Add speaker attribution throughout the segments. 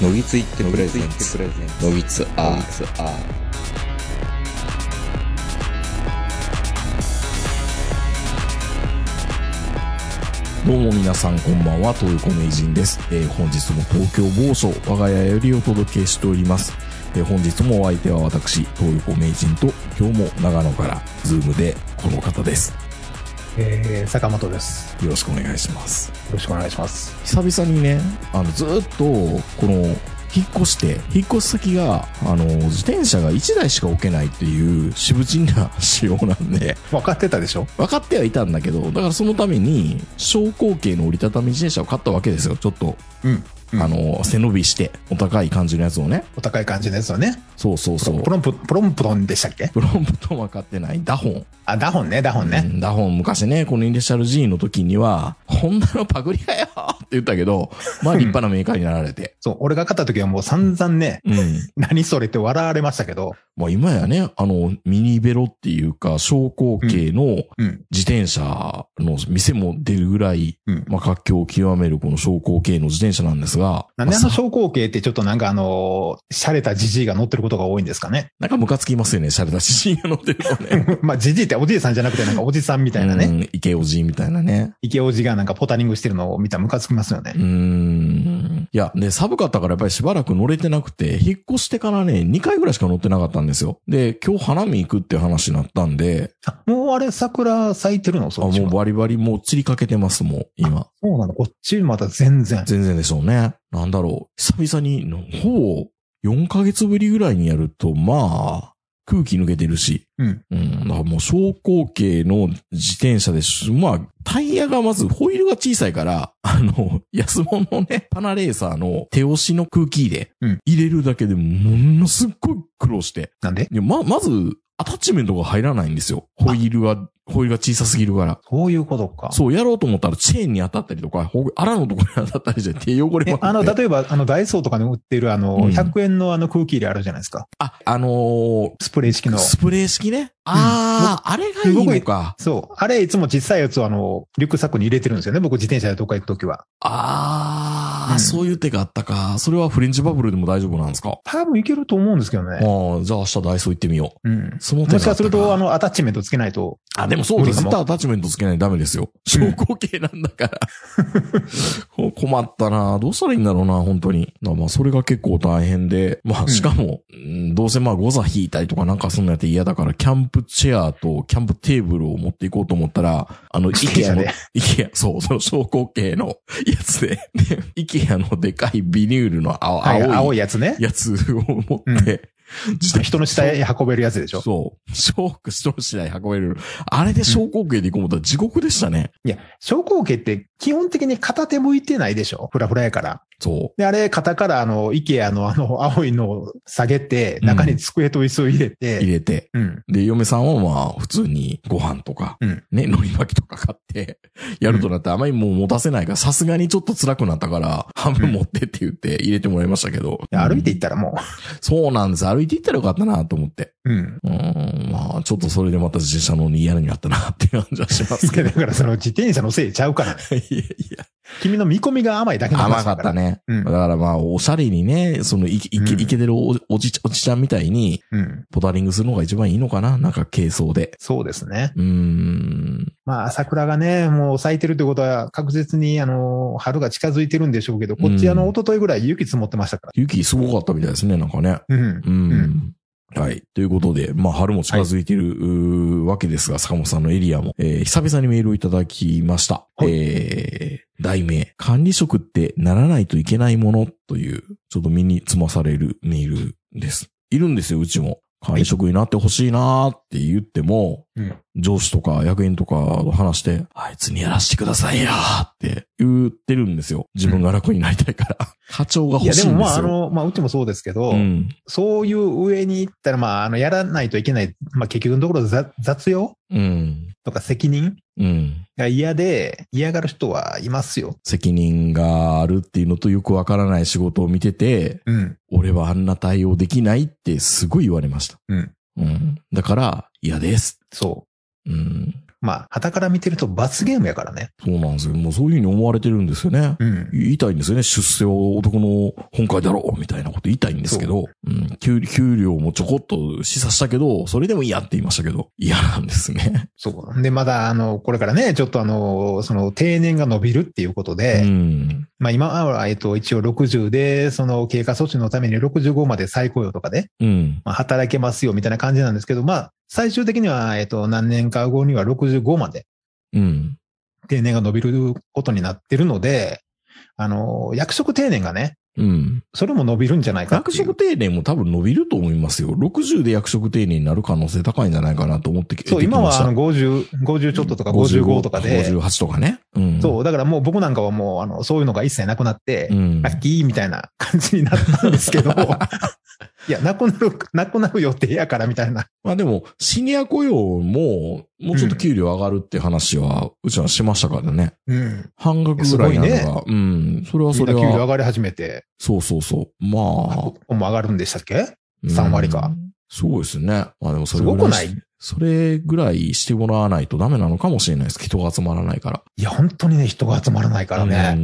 Speaker 1: のぎついってプレゼンツのぎつアーツア
Speaker 2: どうも皆さんこんばんは、東横名人です。えー本日も東京某所、我が家よりお届けしております。えー本日もお相手は私、東横名人と、今日も長野から、ズームでこの方です。
Speaker 3: えー、坂本です。
Speaker 2: よろしくお願いします。
Speaker 3: よろしくお願いします。
Speaker 2: 久々にね、あの、ずーっと、この、引っ越して、引っ越し先が、あの、自転車が1台しか置けないっていう、渋人な仕様なんで、
Speaker 3: 分かってたでしょ
Speaker 2: 分かってはいたんだけど、だからそのために、小口径の折りたたみ自転車を買ったわけですよ、ちょっと。
Speaker 3: うん。うん
Speaker 2: あの、背伸びして、お高い感じのやつをね。
Speaker 3: お高い感じのやつをね。
Speaker 2: そうそうそう
Speaker 3: プ。ロンプ、プロンプトンでしたっけ
Speaker 2: プロンプトンは買ってない。ダホン。
Speaker 3: あ、ダホンね、ダホン
Speaker 2: う
Speaker 3: ね。
Speaker 2: んダホン、昔ね、このイニシャル G の時には、ホンダのパクリかよって言ったけど、 まあ立派なメーカーになられて。
Speaker 3: そう、俺が買った時はもう散々ね、
Speaker 2: うん。
Speaker 3: 何それって笑われましたけど、
Speaker 2: まあ今やね、あの、ミニベロっていうか、小口径の
Speaker 3: うん。
Speaker 2: 自転車の店も出るぐらい、
Speaker 3: うん。
Speaker 2: まあ活況を極めるこの小口径の自転車なんですが、
Speaker 3: なんであ
Speaker 2: ま
Speaker 3: の
Speaker 2: あさ
Speaker 3: 小口径ってちょっとなんかあのー、洒落たじじいが乗ってることが多いんですかね。
Speaker 2: なんかムカつきますよね、シャレたし、シーンが乗ってるとね。
Speaker 3: まあ、じじいっておじいさんじゃなくてなんかおじさんみたいな
Speaker 2: う
Speaker 3: ね。
Speaker 2: ん、イケオジみたいなね。
Speaker 3: 池おじがなんかポタリングしてるのを見たらムカつきますよね
Speaker 2: う。ーん。いや、で、寒かったからやっぱりしばらく乗れてなくて、引っ越してからね、2回ぐらいしか乗ってなかったんですよ。で、今日花見行くっていう話になったんで、
Speaker 3: あもうあれ桜咲いてるの
Speaker 2: あ
Speaker 3: そっち
Speaker 2: もう
Speaker 3: は。
Speaker 2: バリバリもう散りかけてます、もう、今。
Speaker 3: そうなのこっちまた全然。
Speaker 2: 全然でしょうね。なんだろう。久々に、のほぼ4ヶ月ぶりぐらいにやると、まあ、空気抜けてるし。
Speaker 3: うん。
Speaker 2: うん。だからもう小口径の自転車ですし、まあ、タイヤがまず、ホイールが小さいから、あの、安物のね、パナレーサーの手押しの空気入れ、
Speaker 3: うん
Speaker 2: 入れるだけでものすっごい苦労して。
Speaker 3: なんで
Speaker 2: いやま、まず、アタッチメントが入らないんですよ。ホイールが、ホイールが小さすぎるから。
Speaker 3: そういうことか。
Speaker 2: そう、やろうと思ったらチェーンに当たったりとか、ほあらのところに当たったりして手汚れ
Speaker 3: え
Speaker 2: まくって
Speaker 3: あの、例えば、あの、ダイソーとかに売ってる、あの、
Speaker 2: うん
Speaker 3: 100円のあの空気入れあるじゃないですか。
Speaker 2: あ、あのー
Speaker 3: スプレー式の。
Speaker 2: スプレー式ね。ああ、あれがいいのか。
Speaker 3: そう。あれ、いつも小さいやつをあの、リュックサックに入れてるんですよね。僕、自転車でどっか行くときは。
Speaker 2: ああ、
Speaker 3: うん
Speaker 2: そういう手があったか。それはフレンチバブルでも大丈夫なんですか
Speaker 3: 多分いけると思うんですけど
Speaker 2: あ
Speaker 3: ね。
Speaker 2: あ、じゃあ明日ダイソー行ってみよ
Speaker 3: うん
Speaker 2: う。。その手があ
Speaker 3: も
Speaker 2: っ
Speaker 3: したかすると、あ、の、アタッチメントつけないと。
Speaker 2: あ、でもそうです。絶
Speaker 3: 無理か
Speaker 2: 対
Speaker 3: も
Speaker 2: アタッチメントつけないとダメですよ。
Speaker 3: うん
Speaker 2: 小口径なんだから。こう 困ったなどうしたらいいんだろうな本当に。だからまあ、それが結構大変で。まあ、
Speaker 3: ん
Speaker 2: しかも、うんどうせまあ、ゴザ引いたりとかなんかそんなやって嫌だから、キャンプチェアとキャンプテーブルを持っていこうと思ったら、あの、イ
Speaker 3: 自転
Speaker 2: ケア
Speaker 3: 車
Speaker 2: の
Speaker 3: で、
Speaker 2: イケア、そう、その小口径のやつで、で、イケアのでかいビニュールの青,、
Speaker 3: はい、
Speaker 2: 青
Speaker 3: 青
Speaker 2: い
Speaker 3: いやつね。
Speaker 2: やつを持
Speaker 3: うん
Speaker 2: って、自転
Speaker 3: 人の下へ運べるやつでしょ。
Speaker 2: そう。 ショーク、ショー次第運べる。あれで小口径で行こうと思ったら地獄でしたね。
Speaker 3: いや、小口径って基本的に片手向いてないでしょ。フラフラやから。
Speaker 2: そ
Speaker 3: で、あれ、肩からあの、イケアのあの、青いのを下げて、
Speaker 2: うん
Speaker 3: 中に机と椅子を入れ
Speaker 2: う。入
Speaker 3: て、
Speaker 2: れて。
Speaker 3: うん。
Speaker 2: で、嫁さんはまあ、普通にご飯とか、
Speaker 3: うん
Speaker 2: ね、海苔巻きとか買って、 やるとなってあまりもう持たせないから、さすがにちょっと辛くなったから、半分持ってって言って入れてもらいましたけど。
Speaker 3: いや歩いて
Speaker 2: う
Speaker 3: いったらも
Speaker 2: んそうなんです。歩いて行ったらよかったなと思って。
Speaker 3: う、うん。
Speaker 2: うーん、まあ、ちょっとそれでまた自転車のに嫌になったなっていう感じはします
Speaker 3: い
Speaker 2: け
Speaker 3: や、
Speaker 2: ど。
Speaker 3: だからその自転車のせいちゃうからね。
Speaker 2: いやいや。
Speaker 3: 君の見込みが甘いだけの
Speaker 2: 甘
Speaker 3: 話
Speaker 2: か
Speaker 3: だ
Speaker 2: ったね。
Speaker 3: ね。うん
Speaker 2: だからまあ、おしゃれにね、そのい、いけ、いけ
Speaker 3: うん
Speaker 2: いけてるおおじ、おじちゃんみたいに、
Speaker 3: うん。
Speaker 2: ポタリングするのが一番いいのかななんか軽装で。
Speaker 3: そうですね。
Speaker 2: うーん。
Speaker 3: まあ、桜がね、もう咲いてるってことは確実に、あの、春が近づいてるんでしょうけど、こっ
Speaker 2: う
Speaker 3: ち
Speaker 2: ん
Speaker 3: あの、一昨日ぐらい雪積もってましたか
Speaker 2: 雪すごかったみたいですね、なんかね。
Speaker 3: ら。うん
Speaker 2: う。ん。はい。ということで、まあ、春も近づいている、うーわけですが、坂本さんのエリアも、えー久々にメールをいただきました。
Speaker 3: はい
Speaker 2: えー題名、管理職ってならないといけないものという、ちょっと身につまされるメールです。いるんですよ、うちも。管理職になってほしいなーって言っても、
Speaker 3: うん
Speaker 2: 上司とか役員とかと話して、あいつにやらしてくださいよーって言ってるんですよ。自分が楽になりたいから。 課長が欲
Speaker 3: いや、
Speaker 2: し
Speaker 3: で
Speaker 2: いんですよ。
Speaker 3: もまあ、あの、まあ、うちもそうですけど、
Speaker 2: うん。
Speaker 3: そういう上に行ったら、まあ、あの、やらないといけない、まあ、結局のところ雑雑用
Speaker 2: うん。
Speaker 3: とか責任
Speaker 2: うん。
Speaker 3: が嫌で、嫌がる人はいますよ。
Speaker 2: 責任があるっていうのとよくわからない仕事を見てて、
Speaker 3: うん。
Speaker 2: 俺はあんな対応できないってすごい言われました。
Speaker 3: うん。
Speaker 2: うん。だから、嫌です。
Speaker 3: そ
Speaker 2: うん。
Speaker 3: まあ、旗から見てると罰ゲームやからね。
Speaker 2: そうなんですよ。もうそういうふうに思われてるんですよね。
Speaker 3: うん。
Speaker 2: 言いたいんですよね。出世は男の本会だろうみたいなこと言いたいんですけど、うん給、給料もちょこっと示唆したけど、それでも嫌って言いましたけど、嫌なんですね。
Speaker 3: そう。で、まだ、あの、これからね、ちょっとあの、その、定年が伸びるっていうことで、
Speaker 2: うん。
Speaker 3: まあ今は、えっと、一応60で、その経過措置のために65まで再雇用とかで、
Speaker 2: うん。
Speaker 3: まあ、働けますよみたいな感じなんですけど、まあ、最終的には、えっと、何年か後には65まで
Speaker 2: うん。
Speaker 3: 定年が伸びることになってるので、あの、役職定年がね、
Speaker 2: うん。
Speaker 3: それも伸びるんじゃないかっ
Speaker 2: 役
Speaker 3: ていう。
Speaker 2: 職定年も多分伸びると思いますよ。60で役職定年になる可能性高いんじゃないかなと思ってき
Speaker 3: そう、
Speaker 2: 出てき
Speaker 3: 今
Speaker 2: まし
Speaker 3: は
Speaker 2: た
Speaker 3: あの50、50ちょっととか55とかで、
Speaker 2: 58とかね。うん。
Speaker 3: そう、だからもう僕なんかはもう、あの、そういうのが一切なくなって
Speaker 2: う、ん。
Speaker 3: ラッキーみたいな感じになったんで すけど、いや、なくなる、なくなる予定やからみたいな。
Speaker 2: まあでも、シニア雇用も、もうちょっと給料上がるって話は、うちはしましたからね。
Speaker 3: うん。
Speaker 2: 半額ぐらいなの
Speaker 3: すご
Speaker 2: が、うん。それは
Speaker 3: み
Speaker 2: そ
Speaker 3: んな
Speaker 2: れ
Speaker 3: 給料上
Speaker 2: は、
Speaker 3: がり始めて、
Speaker 2: そうそうそう。まあ
Speaker 3: こ、こも上がるんでしたっけ
Speaker 2: うん
Speaker 3: 3割か。
Speaker 2: そうですね。まあでもそ
Speaker 3: す
Speaker 2: れぐ
Speaker 3: ご
Speaker 2: ら
Speaker 3: く
Speaker 2: い
Speaker 3: な
Speaker 2: し
Speaker 3: いい
Speaker 2: それぐらいしてもらわないとダメなのかもしれないです。人が集まらないから。
Speaker 3: や、本当にね、人が集まらないから
Speaker 2: う
Speaker 3: ね。
Speaker 2: ん
Speaker 3: う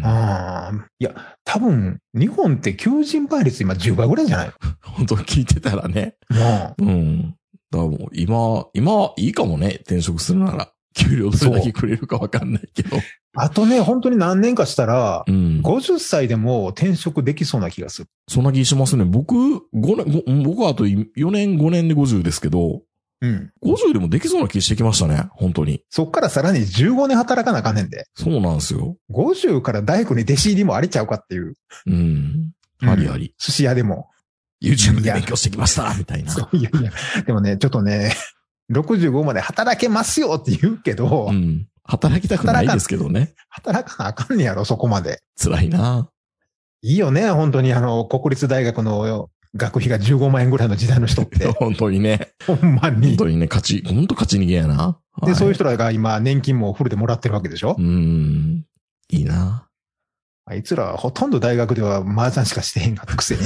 Speaker 3: ん。。いや、多分、日本って求人倍率今10倍ぐらいじゃない
Speaker 2: 本当聞いてたらね。
Speaker 3: も
Speaker 2: うん。だからもう今、今はいいかもね。転職するなら。給料どれだけくれるかわかんないけど。
Speaker 3: う。あとね、本当に何年かしたら、
Speaker 2: うん。
Speaker 3: 50歳でも転職できそうな気がする。
Speaker 2: そんな気しますね。僕、5年、ご僕はあと4年、5年で50ですけど、
Speaker 3: うん。
Speaker 2: 50でもできそうな気してきましたね。本当に。
Speaker 3: そっからさらに15年働かなあかんねんで。
Speaker 2: そうなんですよ。
Speaker 3: 50から大工に弟子入りもありちゃうかっていう。
Speaker 2: うん。ありあり。
Speaker 3: 寿司屋でも。
Speaker 2: YouTube で勉強してきましたみたいな。
Speaker 3: そういやいや。でもね、ちょっとね、65まで働けますよって言うけど、
Speaker 2: うん。働きたくないですけどね。
Speaker 3: 働かなあかんねやろ、そこまで。
Speaker 2: 辛いな。
Speaker 3: いいよね、本当にあの、国立大学の学費が15万円ぐらいの時代の人って、
Speaker 2: 本当にね。
Speaker 3: ほんま
Speaker 2: 本
Speaker 3: に。
Speaker 2: 当にね、勝ち、本当勝ち逃げやな。
Speaker 3: で、そういう
Speaker 2: 人。
Speaker 3: 人らが今、年金もフルでもらってるわけでしょ、
Speaker 2: うん。いいな。
Speaker 3: あいつらはほとんど大学では麻雀しかしてへんかった くせに。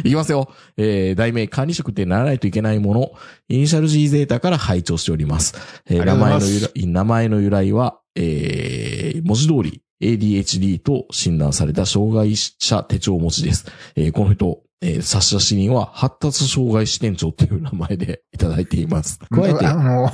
Speaker 2: いきますよ。えー、題名、管理職ってならないといけないもの、イニシャル G ゼータから拝聴しております。えー
Speaker 3: あり
Speaker 2: 名
Speaker 3: がとう
Speaker 2: 前の
Speaker 3: ございます
Speaker 2: 由来、名前の由来は、えー、文字通り ADHD と診断された障害者手帳持ちです。えー、この人、えー、差出人は発達障害支店長という名前でいただいています。加えて
Speaker 3: あ、の、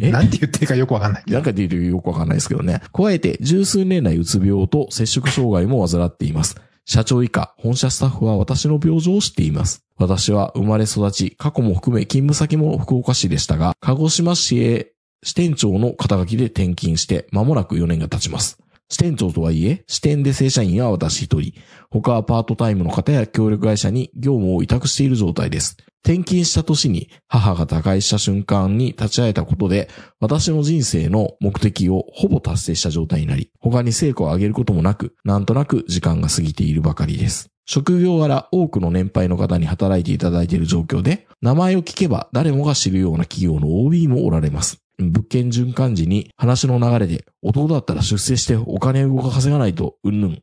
Speaker 2: え
Speaker 3: なんて言っていいかよくわかんない。
Speaker 2: なんか出るよくわかんないですけどね。加えて、十数年来うつ病と接触障害も患っています。社長以下、本社スタッフは私の病状を知っています。私は生まれ育ち、過去も含め勤務先も福岡市でしたが、鹿児島市へ支店長の肩書きで転勤して、間もなく4年が経ちます。支店長とはいえ、支店で正社員は私一人、他はパートタイムの方や協力会社に業務を委託している状態です。転勤した年に母が他界した瞬間に立ち会えたことで、私の人生の目的をほぼ達成した状態になり、他に成果を上げることもなく、なんとなく時間が過ぎているばかりです。職業柄多くの年配の方に働いていただいている状況で、名前を聞けば誰もが知るような企業の OB もおられます。物件循環時に話の流れで、男だったら出世してお金を動かせがないと、うんぬん。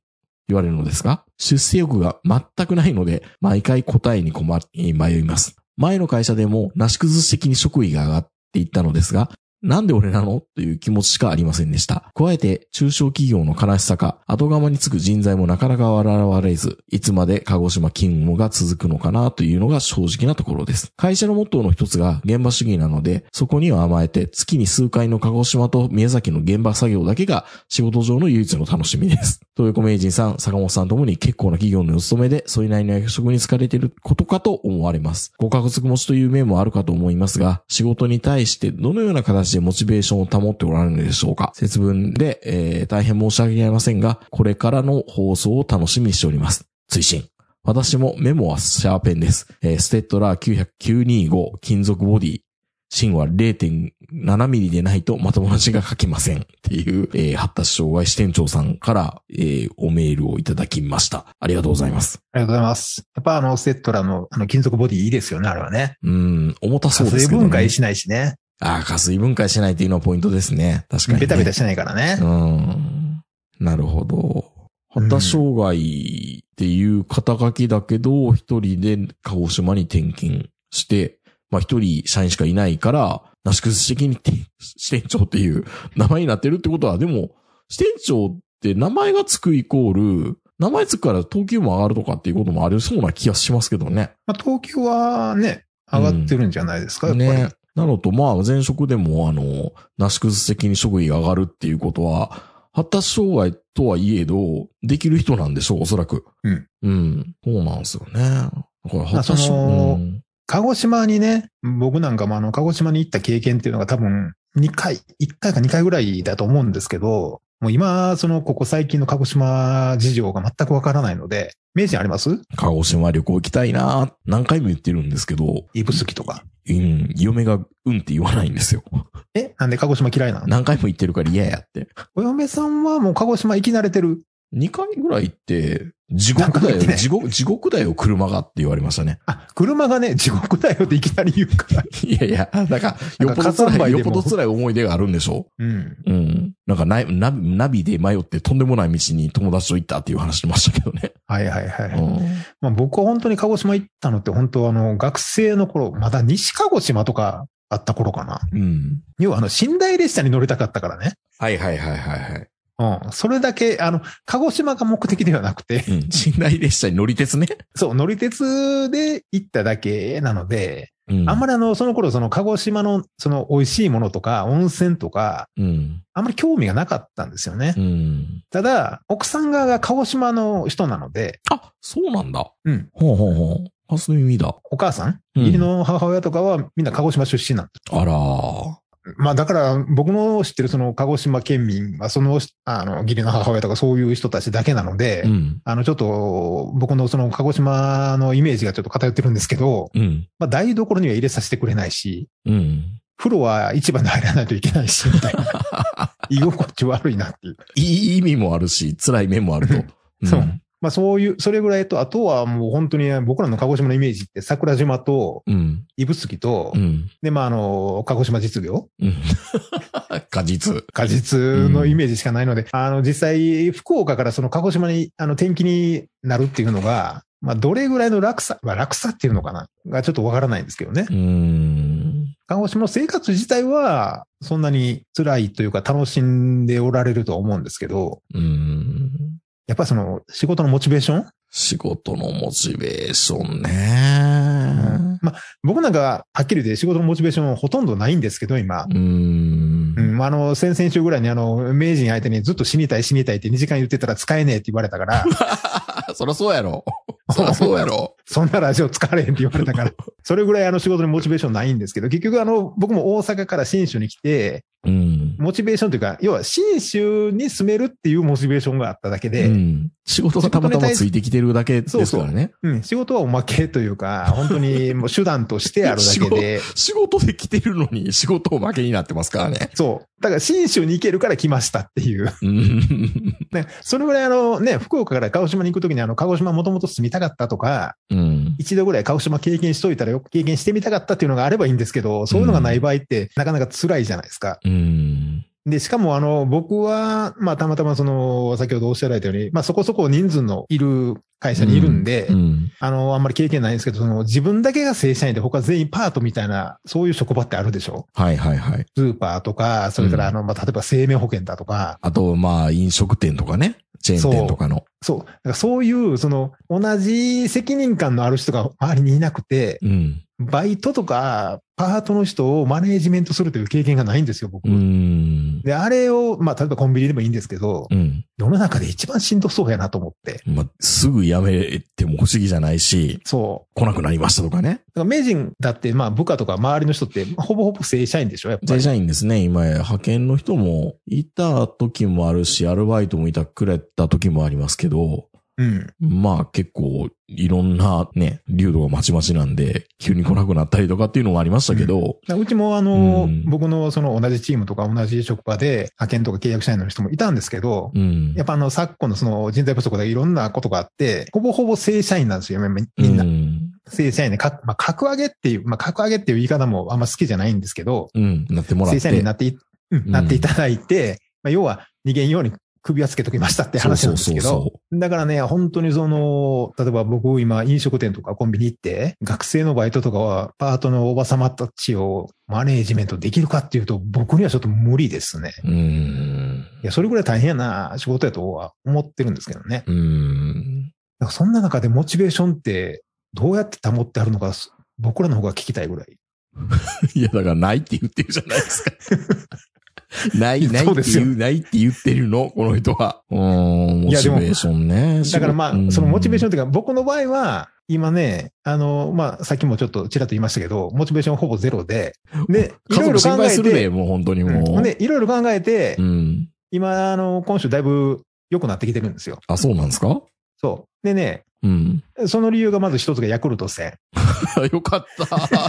Speaker 2: 言われるのですが、出世欲が全くないので、毎回答えに困り、迷います。前の会社でも、なし崩し的に職位が上がっていったのですが、なんで俺なのという気持ちしかありませんでした。加えて、中小企業の悲しさか、後釜につく人材もなかなか現れず、いつまで鹿児島勤務が続くのかなというのが正直なところです。会社のモットーの一つが現場主義なので、そこには甘えて、月に数回の鹿児島と宮崎の現場作業だけが仕事上の唯一の楽しみです。 豊子名人さん、坂本さんともに結構な企業のお勤めで、それなりの役職に疲れていることかと思われます。ご家族持ちという面もあるかと思いますが、仕事に対してどのような形でモチベーションを保っておられるのでしょうか。節分で、えー大変申し訳ありませんが、これからの放送を楽しみにしております。追伸。私もメモはシャーペンです。えーステッドラー900-925金属ボディ。芯は0.7ミリでないとまともな字が書けませんっていう、えー発達障害支店長さんから、えーおメールをいただきました。ありがとうございます。
Speaker 3: ありがとうございます。やっぱあの、セットラのあの金属ボディいいですよね、あれはね。
Speaker 2: うん、重たそ
Speaker 3: 加
Speaker 2: うです
Speaker 3: 水
Speaker 2: けど、ね。
Speaker 3: 分解しないしね。
Speaker 2: ああ、加水分解しないっていうのはポイントですね。確かに、ね。
Speaker 3: ベタベタしないからね。
Speaker 2: うん。なるほど。発達障害っていう肩書きだけど、一人で鹿児島に転勤して、まあ一人社員しかいないから、なし崩し的にて支店長っていう名前になってるってことは、でも、支店長って名前がつくイコール、名前つくから等級も上がるとかっていうこともありそうな気がしますけどね。
Speaker 3: まあ、等級はね、上がってるんじゃないですか、やっぱり。
Speaker 2: ね。なのと、まあ前職でも、あの、なし崩し的に職位が上がるっていうことは、発達障害とはいえど、できる人なんでしょう、おそらく。
Speaker 3: うん。
Speaker 2: うん。そうなんですよね。だから発
Speaker 3: まあ
Speaker 2: 達
Speaker 3: そ
Speaker 2: 障
Speaker 3: の
Speaker 2: うん
Speaker 3: 鹿児島にね、僕なんかもあの、鹿児島に行った経験っていうのが多分2回、1回か2回ぐらいだと思うんですけど、もう今、その、ここ最近の鹿児島事情が全くわからないので、名人あります
Speaker 2: 鹿児島旅行行きたいな何回も言ってるんですけど、
Speaker 3: 指宿とか。
Speaker 2: うん、嫁がうんって言わないんです よ。
Speaker 3: えなんで鹿児島嫌いなの
Speaker 2: 何回も言ってるから嫌やって。
Speaker 3: お嫁さんはもう鹿児島行き慣れてる。
Speaker 2: 2回ぐらい行って、地獄だ
Speaker 3: 何回も言ってな
Speaker 2: よ、
Speaker 3: い
Speaker 2: 地獄、地獄だよ、車がって言われましたね。
Speaker 3: あ、車がね、地獄だよっていきなり言うから。
Speaker 2: いやいや、なんか、
Speaker 3: なんか
Speaker 2: よっぽど
Speaker 3: 火山
Speaker 2: 辛い、
Speaker 3: 灰
Speaker 2: よっ
Speaker 3: でも
Speaker 2: ぽど辛い思い出があるんでしょ
Speaker 3: うん。
Speaker 2: ううん。なんかナイナビ、ナビで迷ってとんでもない道に友達と行ったっていう話してましたけどね。
Speaker 3: はいはいはい。
Speaker 2: う
Speaker 3: まあ、僕は本当に鹿児島行ったのって本当あの、学生の頃、まだ西鹿児島とかあった頃かな。
Speaker 2: ん。うん。
Speaker 3: 要はあの、寝台列車に乗りたかったからね。
Speaker 2: はいはいはいはいはい。
Speaker 3: うん。それだけ、あの、鹿児島が目的ではなくて、
Speaker 2: うん。寝台列車に乗り鉄ね。
Speaker 3: そう、乗り鉄で行っただけなので、
Speaker 2: うん。
Speaker 3: あんま
Speaker 2: り。
Speaker 3: りあの、その頃、その鹿児島の、その美味しいものとか、温泉とか、
Speaker 2: うん。
Speaker 3: あんまり興味がなかったんですよね
Speaker 2: う。ん。
Speaker 3: ただ、奥さん側が鹿児島の人なので、
Speaker 2: あ、そうなんだ。
Speaker 3: うん。
Speaker 2: ほうほうほう。初耳だ。
Speaker 3: お母さん、
Speaker 2: うん
Speaker 3: 義理の母親とかはみんな鹿児島出身なんで
Speaker 2: あらー。
Speaker 3: す。まあだから僕の知ってるその鹿児島県民はその、あの、義理の母親とかそういう人たちだけなので、
Speaker 2: うん。
Speaker 3: あの、ちょっと、僕のその、鹿児島のイメージがちょっと偏ってるんですけど、
Speaker 2: うん。
Speaker 3: まあ、台所には入れさせてくれないし、
Speaker 2: うん。
Speaker 3: 風呂は市場に入らないといけないし、みたいな。 居心地悪いなっていう。
Speaker 2: いい意味もあるし、辛い面もあると。
Speaker 3: そうまあ、そういう、それぐらいと、あとはもう本当に僕らの鹿児島のイメージって、桜島と、
Speaker 2: うん。
Speaker 3: 指宿と、
Speaker 2: うん。
Speaker 3: で、まあ、あの、鹿児島実業、
Speaker 2: うん。 果実。
Speaker 3: 果実のイメージしかないので、あの、実際、福岡からその鹿児島に、あの、転機になるっていうのが、まあ、どれぐらいの落差、まあ、落差っていうのかながちょっとわからないんですけどね
Speaker 2: う。ーん。
Speaker 3: 看護師の生活自体は、そんなに辛いというか楽しんでおられるとは思うんですけど、
Speaker 2: うーん。
Speaker 3: やっぱりその仕事のモチベーション
Speaker 2: 仕事のモチベーションね。
Speaker 3: まあ、僕なんかはっきり言って仕事のモチベーションほとんどないんですけど、今
Speaker 2: う。ーん
Speaker 3: う。ん、まああの、先々週ぐらいにあの、名人相手にずっと死にたい死にたいって2時間言ってたら使えねえって言われたから、
Speaker 2: そらそうや ろ。そらそうやろ。
Speaker 3: そんなラジオ使われへんって言われたから、 それぐらいあの仕事にモチベーションないんですけど、結局あの、僕も大阪から新州に来て、
Speaker 2: うん。
Speaker 3: モチベーションというか、要は新州に住めるっていうモチベーションがあっただけで、
Speaker 2: うん仕事がたまたまついてきてるだけですからね。
Speaker 3: うん、仕事はおまけというか、本当にもう手段としてあるだけ で、
Speaker 2: 仕事で来てるのに仕事を負けになってますからね。
Speaker 3: そう。だから、新州に行けるから来ましたって いう。
Speaker 2: うん。
Speaker 3: ね、それぐらいあのね、福岡から鹿児島に行くときにあの、鹿児島もともと住みたかったとか、
Speaker 2: うん。
Speaker 3: 一度ぐらい鹿児島経験しといたらよく経験してみたかったっていうのがあればいいんですけど、そういうのがない場合ってなかなか辛いじゃないですか。
Speaker 2: うん。
Speaker 3: で、しかもあの、僕は、まあ、たまたまその、先ほどおっしゃられたように、まあ、そこそこ人数のいる会社にいるんで、
Speaker 2: うん。
Speaker 3: あの、あんまり経験ないんですけど、その、自分だけが正社員で他全員パートみたいな、そういう職場ってあるでしょ
Speaker 2: はいはいはい。
Speaker 3: スーパーとか、それから、
Speaker 2: うん
Speaker 3: あの、まあ、例えば生命保険だとか、
Speaker 2: あと、まあ、飲食店とかね。チェーン店とかの。
Speaker 3: そう、だからそういう、その、同じ責任感のある人が周りにいなくて、
Speaker 2: うん。
Speaker 3: バイトとか、パートの人をマネージメントするという経験がないんですよ、僕。
Speaker 2: うん。
Speaker 3: で、あれを、まあ、例えばコンビニでもいいんですけど、
Speaker 2: うん。
Speaker 3: 世の中で一番しんどそうやなと思って。
Speaker 2: まあ、すぐ辞めても不思議じゃないし、
Speaker 3: そ
Speaker 2: 来なくなりましたとかね。
Speaker 3: う。だから名人だって、まあ、部下とか周りの人って、ほぼほぼ正社員でしょ、やっぱ
Speaker 2: 正
Speaker 3: り。
Speaker 2: 社員ですね。今や、派遣の人もいた時もあるし、アルバイトもいたくれた時もありますけど、
Speaker 3: うん。
Speaker 2: まあ結構いろんなね、流度がまちまちなんで、急に来なくなったりとかっていうのもありましたけど、
Speaker 3: だからうちもあの、
Speaker 2: うん
Speaker 3: 僕のその同じチームとか同じ職場で派遣とか契約社員の人もいたんですけど、
Speaker 2: うん。
Speaker 3: やっぱあの昨今のその人材不足でいろんなことがあって、ほぼほぼ正社員なんですよ、みんな。みんな
Speaker 2: うん。
Speaker 3: 正社員で、かまあ、格上げっていう、まあ、格上げっていう言い方もあんま好きじゃないんですけど、
Speaker 2: うん。なってもらっ
Speaker 3: 正
Speaker 2: て。
Speaker 3: 社員になってい、うん
Speaker 2: うん
Speaker 3: なっていただいて、まあ、要は逃げんように首はつけときましたって話なんですけ
Speaker 2: そうそう
Speaker 3: ど
Speaker 2: そ、
Speaker 3: だからね、本当にその、例えば僕今飲食店とかコンビニ行って、学生のバイトとかはパートのおば様たちをマネージメントできるかっていうと、僕にはちょっと無理ですね。
Speaker 2: うーん。
Speaker 3: いや、それぐらい大変な仕事やとは思ってるんですけどね。
Speaker 2: うーん。
Speaker 3: だからそんな中でモチベーションってどうやって保ってあるのか、僕らの方が聞きたいぐらい。
Speaker 2: いや、だからないって言ってるじゃないです か。ない、ない
Speaker 3: そう
Speaker 2: って
Speaker 3: ですよ
Speaker 2: 言う、ないって言ってるの、この人は。うーん、モ
Speaker 3: いや
Speaker 2: チ
Speaker 3: で
Speaker 2: ベ
Speaker 3: も
Speaker 2: ーションね。
Speaker 3: だからまあ、そのモチベーショ
Speaker 2: ン。
Speaker 3: ンというか、僕の場合は、今ね、あの、まあ、さっきもちょっとちらっと言いましたけど、モチベーションほぼゼロで、で、い
Speaker 2: 家族
Speaker 3: ろいろ
Speaker 2: 心
Speaker 3: 考
Speaker 2: 配
Speaker 3: え
Speaker 2: するで、
Speaker 3: て、
Speaker 2: もう本当に
Speaker 3: う
Speaker 2: も
Speaker 3: ん
Speaker 2: う。
Speaker 3: ほんで、いろいろ考えて
Speaker 2: う、ん。
Speaker 3: 今、あの、今週だいぶ良くなってきてるんですよ。
Speaker 2: あ、そうなんですか
Speaker 3: そう。でね、
Speaker 2: うん。
Speaker 3: その理由がまず一つがヤクルト戦。
Speaker 2: よかっ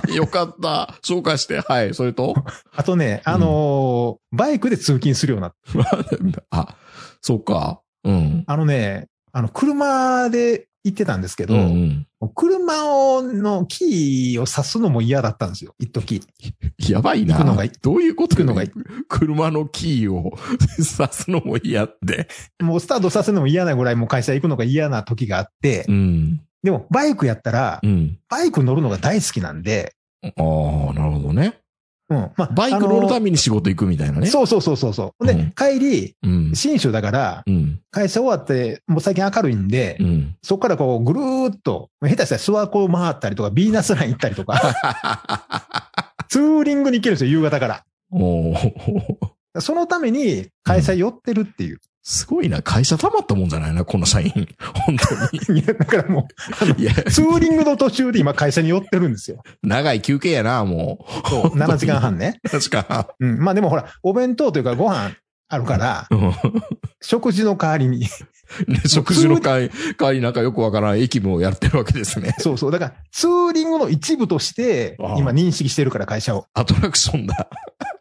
Speaker 2: た。 よかった。紹介して。はい。それと
Speaker 3: あとね、あのーバイクで通勤するようになった。
Speaker 2: あ、そうか。うん。
Speaker 3: あのね、あの、車で行ってたんですけど、
Speaker 2: うんうん。
Speaker 3: もう車を、のキーを刺すのも嫌だったんですよ。一時。
Speaker 2: やばいな
Speaker 3: 行くのがいい。
Speaker 2: どういうこと
Speaker 3: 行くのがいい
Speaker 2: 車のキーを刺すのも嫌って。
Speaker 3: もうスタートさせるのも嫌なぐらいもう会社行くのが嫌な時があって、
Speaker 2: うん。
Speaker 3: でもバイクやったら
Speaker 2: う、ん。
Speaker 3: バイク乗るのが大好きなんで、
Speaker 2: ああ、なるほどね。
Speaker 3: うん。まあ
Speaker 2: バイク乗るた
Speaker 3: め
Speaker 2: めに仕事行くみたいなね。
Speaker 3: そうそうそうそうそう。で、
Speaker 2: うん
Speaker 3: 帰り、
Speaker 2: う。うん。
Speaker 3: 新州だから、
Speaker 2: うん。
Speaker 3: 会社終わって、もう最近明るいんで、
Speaker 2: うん。
Speaker 3: そこからこう、ぐるーっと、下手したら諏訪湖回ったりとか、ビーナスライン行ったり とか、ツーリングに行けるんですよ、夕方から。
Speaker 2: おー
Speaker 3: そのために会社寄ってるっていう。
Speaker 2: すごいな。会社溜まったもんじゃないな、この社員。本当
Speaker 3: いや、だからも
Speaker 2: に。いや、
Speaker 3: う、ツーリングの途中で今会社に寄ってるんですよ。
Speaker 2: 長い休憩やな、も
Speaker 3: そう、7時間半ね。
Speaker 2: う。確か。
Speaker 3: うん。まあでもほら、お弁当というかご飯あるから、
Speaker 2: うん
Speaker 3: 食事の代わりに。
Speaker 2: ね食事の会、会なんかよくわからん駅務をやってるわけですね。
Speaker 3: そうそう。だから、ツーリングの一部として
Speaker 2: ああ、
Speaker 3: 今認識してるから会社を。
Speaker 2: アトラクションだ。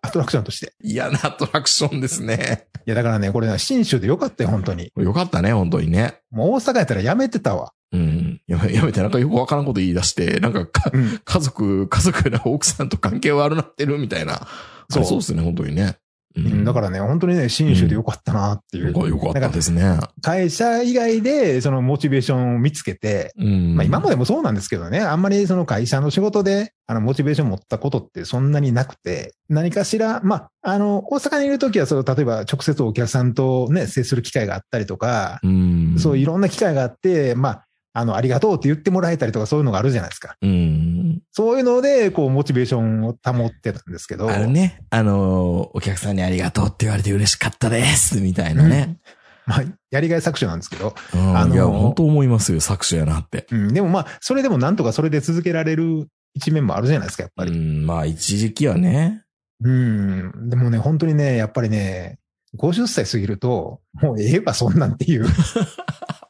Speaker 3: アトラクションとして。
Speaker 2: 嫌なアトラクションですね。
Speaker 3: いや、だからね、これね、新州でよかったよ、本当に。
Speaker 2: よかったね、本当にね。
Speaker 3: もう大阪やったらやめてたわ。
Speaker 2: うん。やめやめて、なんかよくわからんこと言い出して、なんかか
Speaker 3: うん。
Speaker 2: 家族、家族やな奥さんと関係悪なってるみたいな。そ
Speaker 3: そうう
Speaker 2: そうですね、本当にね。う、
Speaker 3: うんだかららね、本当にね、新州でよかったなってい
Speaker 2: よ
Speaker 3: う。
Speaker 2: かよかっ
Speaker 3: だ
Speaker 2: た
Speaker 3: か
Speaker 2: ですね。
Speaker 3: ら会社以外で、そのモチベーションを見つけて、
Speaker 2: うん。
Speaker 3: まあ今までもそうなんですけどね、あんまりその会社の仕事で、あの、モチベーション持ったことってそんなになくて、何かしら、まあ、あの、大阪にいるときは、その、例えば直接お客さんとね、接する機会があったりとか、
Speaker 2: うん。
Speaker 3: そうい
Speaker 2: ろ。
Speaker 3: ろんな機会があって、まあ、あの、ありがとうって言ってもらえたりとか、そういうのがあるじゃないですか。
Speaker 2: うん。
Speaker 3: そういうので、こう、モチベーションを保ってたんですけど、
Speaker 2: あれね、あのーお客さんにありがとうって言われて嬉しかったです、みたいなね。
Speaker 3: まあ、やりがい搾取なんですけど、
Speaker 2: うん
Speaker 3: あのー
Speaker 2: いや、本当思いますよ、作詞やなって。
Speaker 3: うん、でもまあ、それでもなんとかそれで続けられる一面もあるじゃないですか、やっぱ
Speaker 2: う
Speaker 3: り。
Speaker 2: ん、まあ一時期はね。
Speaker 3: うん、でもね、本当にね、やっぱりね、50歳過ぎると、もうええわ、そんなんっていう。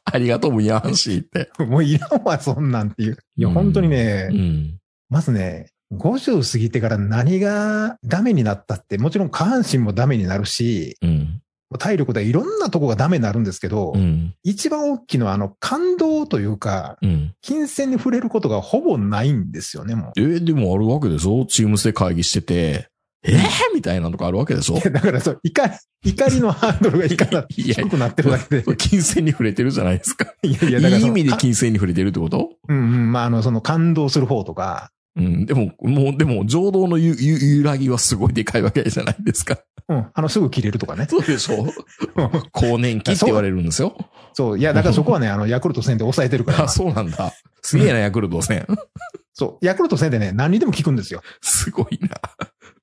Speaker 2: ありがとうも言わんしって。
Speaker 3: もういらんわ、そんなんっていう。いや、
Speaker 2: うん
Speaker 3: 本当にね、
Speaker 2: うん。
Speaker 3: まずね、50過ぎてから何がダメになったって、もちろん下半身もダメになるし、
Speaker 2: うん。
Speaker 3: 体力でいろんなとこがダメになるんですけど、
Speaker 2: うん。
Speaker 3: 一番大きいのはあの感動というか、
Speaker 2: うん。
Speaker 3: 金銭に触れることがほぼないんですよね、も
Speaker 2: えーでもあるわけでしょチームで会議してて、えー、みたいなのとかあるわけでしょ
Speaker 3: う。 だからそう、怒り、怒りのハードルがいかな
Speaker 2: いや
Speaker 3: 低くなってるだけで。
Speaker 2: 金銭に触れてるじゃないですか。
Speaker 3: いやい
Speaker 2: い
Speaker 3: やだから
Speaker 2: い
Speaker 3: そ
Speaker 2: 意
Speaker 3: の
Speaker 2: 味で
Speaker 3: か
Speaker 2: 金銭に触れてるってこと
Speaker 3: うんうん、まあ、あの、その感動する方とか、
Speaker 2: うん。でも、もう、でも、情動のゆ、ゆ、揺らぎはすごいでかいわけじゃないですか。
Speaker 3: うん、あの、すぐ切れるとかね。
Speaker 2: そうでしょう 更年期って言われるんですよ。
Speaker 3: そう、いや、だからそこはね、あの、ヤクルト戦で抑えてるか ら
Speaker 2: あ、。そうなんだ。すげえな、ヤクルト戦。
Speaker 3: そう、ヤクルト戦でね、何にでも効くんですよ。
Speaker 2: すごいな。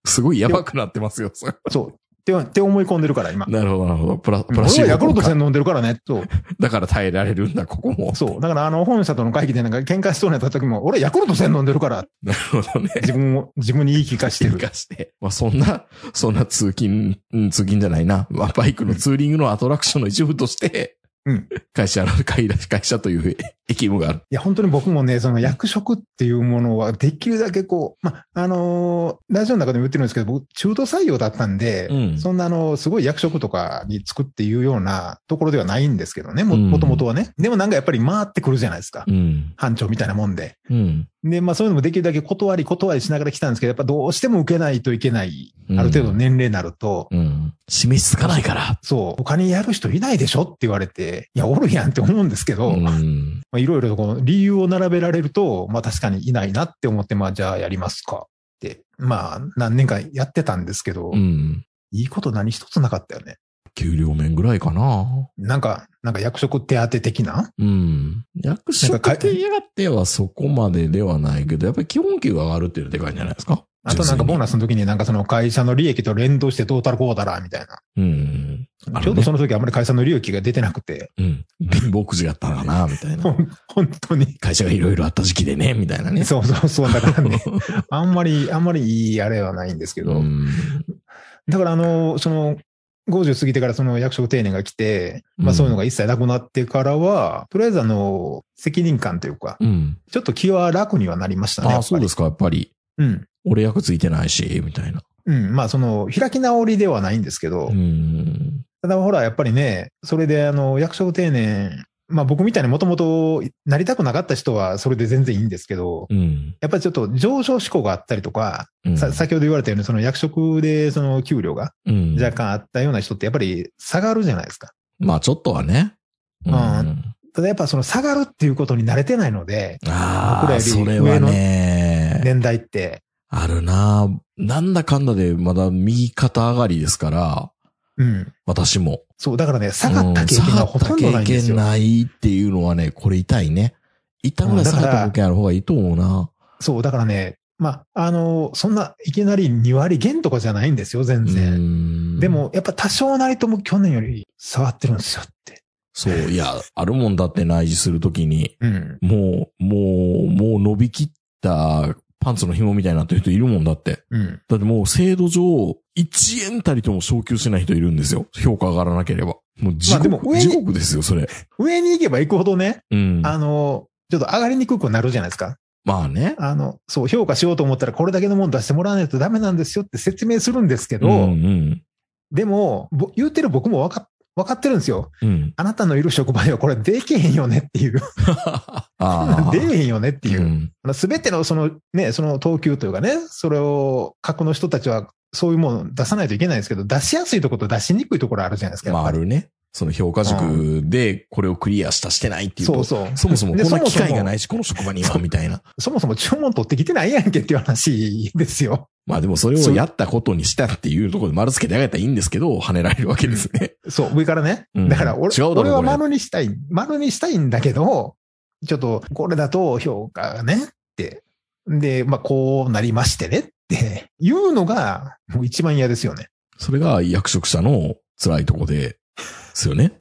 Speaker 2: すごいやばくなってますよ、それ
Speaker 3: そう。って、って思い込んでるから、今。
Speaker 2: なるほど、なるほど。プラ、プ
Speaker 3: 俺
Speaker 2: ラシ
Speaker 3: はヤ
Speaker 2: ー
Speaker 3: ク
Speaker 2: ボ
Speaker 3: ル
Speaker 2: 効
Speaker 3: ト
Speaker 2: 果
Speaker 3: 戦飲んでるからね、と。
Speaker 2: だから耐えられるんだ、ここも。
Speaker 3: そう。だから、あの、本社との会議でなんか喧嘩しそうになった時も、俺ヤクルト戦飲んでるから、
Speaker 2: なるほどね。
Speaker 3: 自分を、自分に言い聞かして
Speaker 2: 進
Speaker 3: る。
Speaker 2: 化 して。まあ、そんな、そんな通勤、うん通勤じゃないな。まあ、バイクのツーリングのアトラクションの一部として、
Speaker 3: うん
Speaker 2: 会社の、会社会社という駅務がある。
Speaker 3: いや、本当に僕もね、その役職っていうものは、できるだけこう、ま、あのーラジオの中でも言ってるんですけど、僕、中途採用だったんで、
Speaker 2: うん
Speaker 3: そんなあの、すごい役職とかにつくっていうようなところではないんですけどね、も、
Speaker 2: うん
Speaker 3: もともとはね。でもなんかやっぱり回ってくるじゃないですか。
Speaker 2: うん。
Speaker 3: 班長みたいなもんで。
Speaker 2: うん。
Speaker 3: で、まあそういうのもできるだけ断り断りしながら来たんですけど、やっぱどうしても受けないといけない、ある程度の年齢になると、
Speaker 2: うん。示しつかないから。
Speaker 3: そう、他にやる人いないでしょって言われて、いや、おるやんって思うんですけど、
Speaker 2: う
Speaker 3: ま
Speaker 2: ん。
Speaker 3: あいろいろこう理由を並べられると、まあ確かにいないなって思って、まあじゃあやりますかって、まあ何年かやってたんですけど、
Speaker 2: うん。
Speaker 3: いいこと何一つなかったよね。
Speaker 2: 給料面ぐらいかな。
Speaker 3: なんか、なんか役職手当的な
Speaker 2: うん。役
Speaker 3: なんか
Speaker 2: 職
Speaker 3: か
Speaker 2: 手当はそこまでではないけど、やっぱり基本給が上がるっていうのはでかいんじゃないですか。
Speaker 3: あとなんかボー
Speaker 2: ナ
Speaker 3: ナスの時になんかその会社の利益と連動してどうたらこうだらみたいな。
Speaker 2: うん。あのね
Speaker 3: ちょうどその時あんまり会社の利益が出てなくて、
Speaker 2: うん。貧乏くじがあったのかな、みたい
Speaker 3: ほ
Speaker 2: な。
Speaker 3: ん本当に。
Speaker 2: 会社がいろいろあった時期でね、みたいなね。
Speaker 3: そうそうそう。だから ね、あんまり、あんまりいいあれはないんですけど。
Speaker 2: うん。
Speaker 3: だから、あの、その、50過ぎてからその役職定年が来て、ま
Speaker 2: う
Speaker 3: あ
Speaker 2: ん
Speaker 3: そういうのが一切なくなってからは、とりあえずあの、責任感というか、
Speaker 2: うん。
Speaker 3: ちょっと気は楽にはなりましたね。
Speaker 2: あ
Speaker 3: や
Speaker 2: あ、
Speaker 3: っぱ
Speaker 2: そう
Speaker 3: り
Speaker 2: ですか、やっぱり。
Speaker 3: うん。
Speaker 2: 俺役ついてないし、みたいな。
Speaker 3: うん。まあその、開き直りではないんですけど、
Speaker 2: うん。
Speaker 3: ただほら、やっぱりね、それであの、役職定年、まあ僕みたいにもともとなりたくなかった人はそれで全然いいんですけど、
Speaker 2: うん。
Speaker 3: やっぱりちょっと上昇志向があったりとか、
Speaker 2: うん
Speaker 3: さ、先ほど言われたように、その役職でその給料が
Speaker 2: うん、
Speaker 3: 若干あったような人ってやっぱり下がるじゃないですか。
Speaker 2: まあ、ちょっとはね。うん。
Speaker 3: うん
Speaker 2: あ
Speaker 3: ただやっぱその下がるっていうことに慣れてないので、
Speaker 2: あ
Speaker 3: 僕らよ
Speaker 2: ー、
Speaker 3: り
Speaker 2: それはね。
Speaker 3: 年代って。
Speaker 2: あるな。なんだかんだで、まだ右肩上がりですから、
Speaker 3: うん。
Speaker 2: 私も。
Speaker 3: そう、だからね、下がった経験がほとんどないんですよ。
Speaker 2: 下がった経験ないっていうのはね、これ痛いね。痛むぐらい下がった経験ある方がいいと思うな。
Speaker 3: そう、だからね、まあ、あの、そんないきなり2割減とかじゃないんですよ、全然。
Speaker 2: ん
Speaker 3: で、も、やっぱ多少なりとも去年より下がってるんですよって。
Speaker 2: そう、いや、あるもんだって内示するときに、
Speaker 3: うん。
Speaker 2: もう、もう、もう伸びきったパンツの紐みたいになってる人いるもんだって。
Speaker 3: うん。
Speaker 2: だってもう制度上、1円たりとも昇給しない人いるんですよ。評価上がらなければ。もう地
Speaker 3: まあで
Speaker 2: 獄、
Speaker 3: も上に
Speaker 2: 地獄ですよ、それ。
Speaker 3: 上に行けば行くほどね、
Speaker 2: うん。
Speaker 3: あの、ちょっと上がりにくくなるじゃないですか。
Speaker 2: まあね。
Speaker 3: あの、そう、評価しようと思ったらこれだけのもの出してもらわないとダメなんですよって説明するんですけど、
Speaker 2: んうん。
Speaker 3: でも、ぼ言ってる僕もわか、わかってるんですよ。
Speaker 2: うん。
Speaker 3: あなたのいる職場ではこれできへんよねっていう。
Speaker 2: あ あ。
Speaker 3: 出えへんよねっていうう。
Speaker 2: ん。
Speaker 3: すべ、てのそのね、その等級というかね、それを格の人たちはそういうものを出さないといけないんですけど、出しやすいところと出しにくいところあるじゃないですか。
Speaker 2: ま
Speaker 3: やっ
Speaker 2: ああ
Speaker 3: ぱり
Speaker 2: るね。その評価軸でこれをクリアしたしてないっていうと。
Speaker 3: そうそう。
Speaker 2: そもそも
Speaker 3: で
Speaker 2: こんな
Speaker 3: そも
Speaker 2: 機
Speaker 3: そも
Speaker 2: 会がないし、この職場には、みたい な。
Speaker 3: そもそも注文取ってきてないやんけっていう話ですよ。
Speaker 2: まあでもそれをやったことにしたっていうところで丸つけてあげたらいいんですけど、跳ねられるわけですね。
Speaker 3: そう、上からね。
Speaker 2: うん
Speaker 3: だから俺、
Speaker 2: 違うだろ
Speaker 3: 俺は
Speaker 2: これ
Speaker 3: 丸にしたい。丸にしたいんだけど、ちょっと、これだと評価がね、って。で、まあ、こうなりましてねっていうのが、もう一番嫌ですよね。
Speaker 2: それが役職者の辛いとこで、ですよ ね。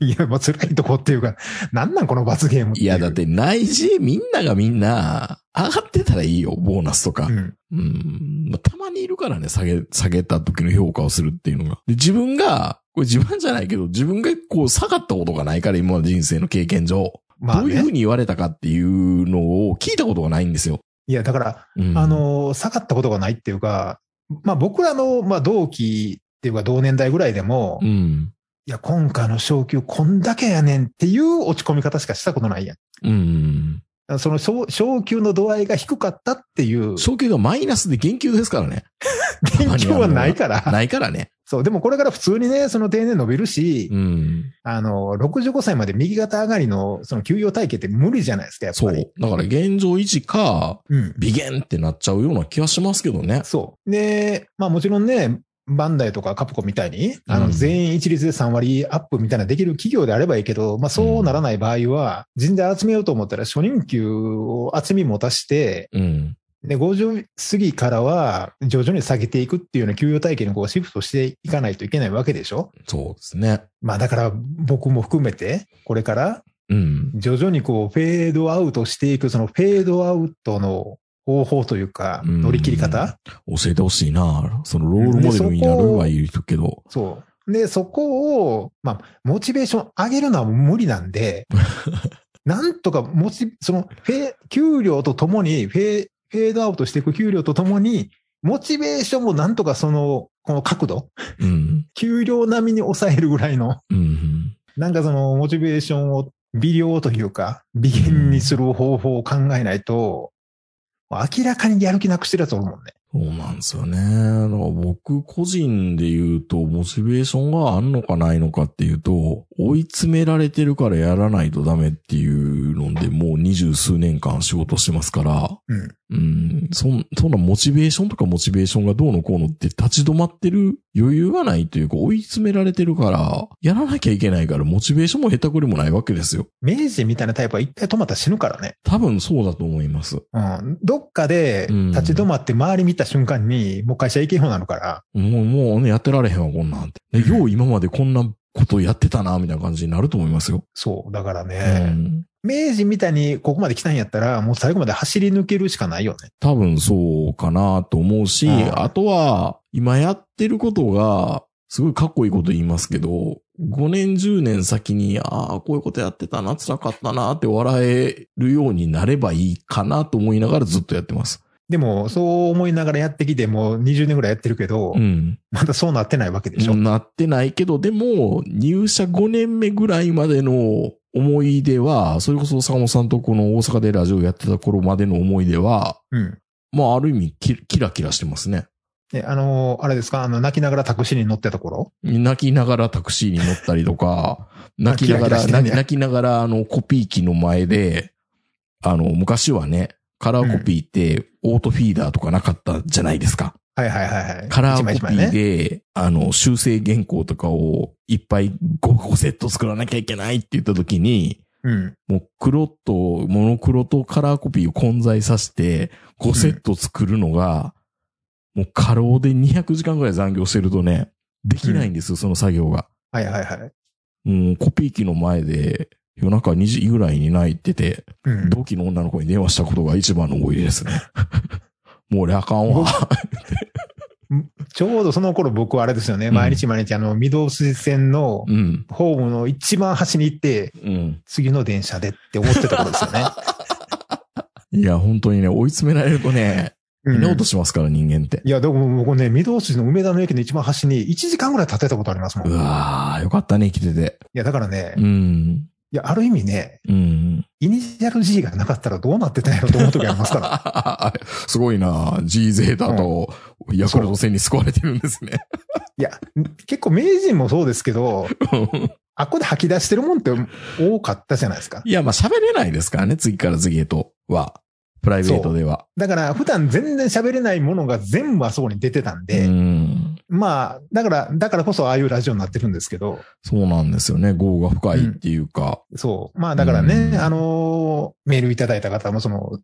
Speaker 3: いや、まあ、辛いとこっていうか、なんなんこの罰ゲームってい
Speaker 2: いうや、だっ。て内示みんながみんな上がってたらいいよ、ボーナスとか
Speaker 3: う。ん。
Speaker 2: うん。まあたまにいるからね、下げ、下げた時の評価をするっていうのが。で自分が、これ自分じゃないけど、自分がこう下がったことがないから、今の人生の経験上。
Speaker 3: まあ
Speaker 2: どういう
Speaker 3: ね
Speaker 2: ふう。に言われたかっていうのを聞いたことがないんですよ。
Speaker 3: いや、だから、
Speaker 2: うん
Speaker 3: あ、の、下がったことがないっていうか、まあ、僕らの、まあ、同期っていうか、同年代ぐらいでも、
Speaker 2: う
Speaker 3: い
Speaker 2: ん。
Speaker 3: や、今回の昇給こんだけやねんっていう落ち込み方しかしたことないやん。
Speaker 2: うん。
Speaker 3: その昇昇給の度合いが低かったっていう、
Speaker 2: 昇給がマイナスで減給ですからね。
Speaker 3: 研究はないから。
Speaker 2: ないからね。
Speaker 3: そう、でもこれから普通にね、その定年伸びるし、
Speaker 2: うん。
Speaker 3: あの、65歳まで右肩上がりのその給与体系って無理じゃないですか、やっ
Speaker 2: そ
Speaker 3: ぱり。
Speaker 2: う。だから現状維持か、
Speaker 3: うん。
Speaker 2: ビゲンってなっちゃうような気はしますけどね。
Speaker 3: そう。で、まあもちろんね、バンダイとかカプコンみたいに、あ
Speaker 2: う
Speaker 3: の、
Speaker 2: ん
Speaker 3: 全員一律で3割アップみたいなできる企業であればいいけど、まあそうならない場合は、人材集めようと思ったら初任給を厚み持たして、
Speaker 2: うん。
Speaker 3: で、50過ぎからは、徐々に下げていくっていうような給与体系にこうシフトしていかないといけないわけでしょ
Speaker 2: そうですね。
Speaker 3: まあだから僕も含めて、これから
Speaker 2: うん。
Speaker 3: 徐々にこうフェードアウトしていく、そのフェードアウトの方法というか、
Speaker 2: うん
Speaker 3: 乗り切り方
Speaker 2: 教えてほしいな。そのロールモデルになるはいるけど。
Speaker 3: そう。で、そこを、まあ、モチベーション上げるのは無理なんで、なんとか持ち、その、フェ、給料とともに、フェ、フェードアウトしていく給料とともに、モチベーションもなんとかその、この角度、
Speaker 2: うん。
Speaker 3: 給料並みに抑えるぐらいの、
Speaker 2: うん。
Speaker 3: なんかその、モチベーションを微量というか、微減にする方法を考えないと、明らかにやる気なくしてるやつおるもんね。
Speaker 2: そうなんですよね。だから僕個人で言うと、モチベーションがあんのかないのかっていうと、追い詰められてるからやらないとダメっていうので、もう二十数年間仕事してますから、
Speaker 3: うん。
Speaker 2: うん、そん、そんなモチベーションとかモチベーションがどうのこうのって立ち止まってる余裕がないというか、追い詰められてるから、やらなきゃいけないから、モチベーションも下手くりもないわけですよ。
Speaker 3: 明治みたいなタイプは一回止まったら死ぬからね。
Speaker 2: 多分そうだと思います。
Speaker 3: うん。どっかで立ち止まって周り見た瞬間に、もう会社行けようなのから、
Speaker 2: もう、もうね、やってられへんわ、こんなんって。でよう今までこんなことやってたな、みたいな感じになると思いますよ。
Speaker 3: そう。だから
Speaker 2: う
Speaker 3: ね、
Speaker 2: ん。
Speaker 3: 明治みたいにここまで来たんやったら、もう最後まで走り抜けるしかないよね。
Speaker 2: 多分そうかなと思うし、
Speaker 3: うん
Speaker 2: あとは、今やってることが、すごいかっこいいこと言いますけど、5年、10年先に、ああ、こういうことやってたな、辛かったな、って笑えるようになればいいかなと思いながらずっとやってます。
Speaker 3: でも、そう思いながらやってきて、もう20年ぐらいやってるけど、
Speaker 2: うん。
Speaker 3: まだそうなってないわけでしょ。
Speaker 2: なってないけど、でも、入社5年目ぐらいまでの思い出は、それこそ坂本さんとこの大阪でラジオやってた頃までの思い出は、
Speaker 3: うん。
Speaker 2: まあ、ある意味キ、キラキラしてますね。
Speaker 3: で、あの、あれですか、あの、泣きながらタクシーに乗ってた頃
Speaker 2: 泣きながらタクシーに乗ったりと か、泣きなが
Speaker 3: キラ
Speaker 2: ら、
Speaker 3: キラしてん
Speaker 2: 泣
Speaker 3: ね
Speaker 2: き泣きながら、あの、コピー機の前で、あの、昔はね、カラーコピーって、オートフィーダーとかなかったじゃないですか。
Speaker 3: はいはいはいはい。
Speaker 2: カラ
Speaker 3: 一
Speaker 2: ー
Speaker 3: 枚
Speaker 2: コ
Speaker 3: 一
Speaker 2: ピ
Speaker 3: 枚
Speaker 2: ー
Speaker 3: ね。
Speaker 2: で、あの、修正原稿とかをいっぱい 5, 個セット作らなきゃいけないって言った時に、
Speaker 3: うん。
Speaker 2: もう黒と、モノクロとカラーコピーを混在させて、5セット作るのが、もう過労で200時間ぐらい残業してるとね、できないんですよ、その作業が。
Speaker 3: はいはいはい。
Speaker 2: うん、コピー機の前で、夜中2時ぐらいに泣いてて、
Speaker 3: うん。
Speaker 2: 同期の女の子に電話したことが一番の思い出です ね。もう俺あかんわ。
Speaker 3: ちょうどその頃僕はあれですよね。
Speaker 2: うん
Speaker 3: 毎日毎日あの、御堂筋線の
Speaker 2: うん。
Speaker 3: ホームの一番端に行って、
Speaker 2: うん。
Speaker 3: 次の電車でって思ってた頃ですよ ね。
Speaker 2: いや、本当にね、追い詰められるとね、
Speaker 3: う
Speaker 2: みん
Speaker 3: ん
Speaker 2: な落としますから、人間って。
Speaker 3: いや、でも僕ね、御堂筋の梅田の駅の一番端に1時間ぐらい立てたことありますもん。
Speaker 2: う
Speaker 3: い
Speaker 2: わー、よかったね、生きてて。
Speaker 3: や、だからね、
Speaker 2: う
Speaker 3: い
Speaker 2: ん。
Speaker 3: や、ある意味ね、
Speaker 2: うん。
Speaker 3: イニシャル G がなかったらどうなってたんやろと思う時あります から。
Speaker 2: すごいな G ゼータとヤクルト戦に救われてるんですね。
Speaker 3: いや、結構名人もそうですけど、あっこで吐き出してるもんって多かったじゃないですか。
Speaker 2: いや、まあ喋れないですからね、次から次へとは。プライベートでは。
Speaker 3: だから、普段全然喋れないものが全部あそこに出てたんで、
Speaker 2: うん。
Speaker 3: まあ、だから、だからこそああいうラジオになってるんですけど、
Speaker 2: そうなんですよね、業が深いっていうか。
Speaker 3: そう。まあ、だからね、
Speaker 2: うん
Speaker 3: あのーメールいただいた方も、その、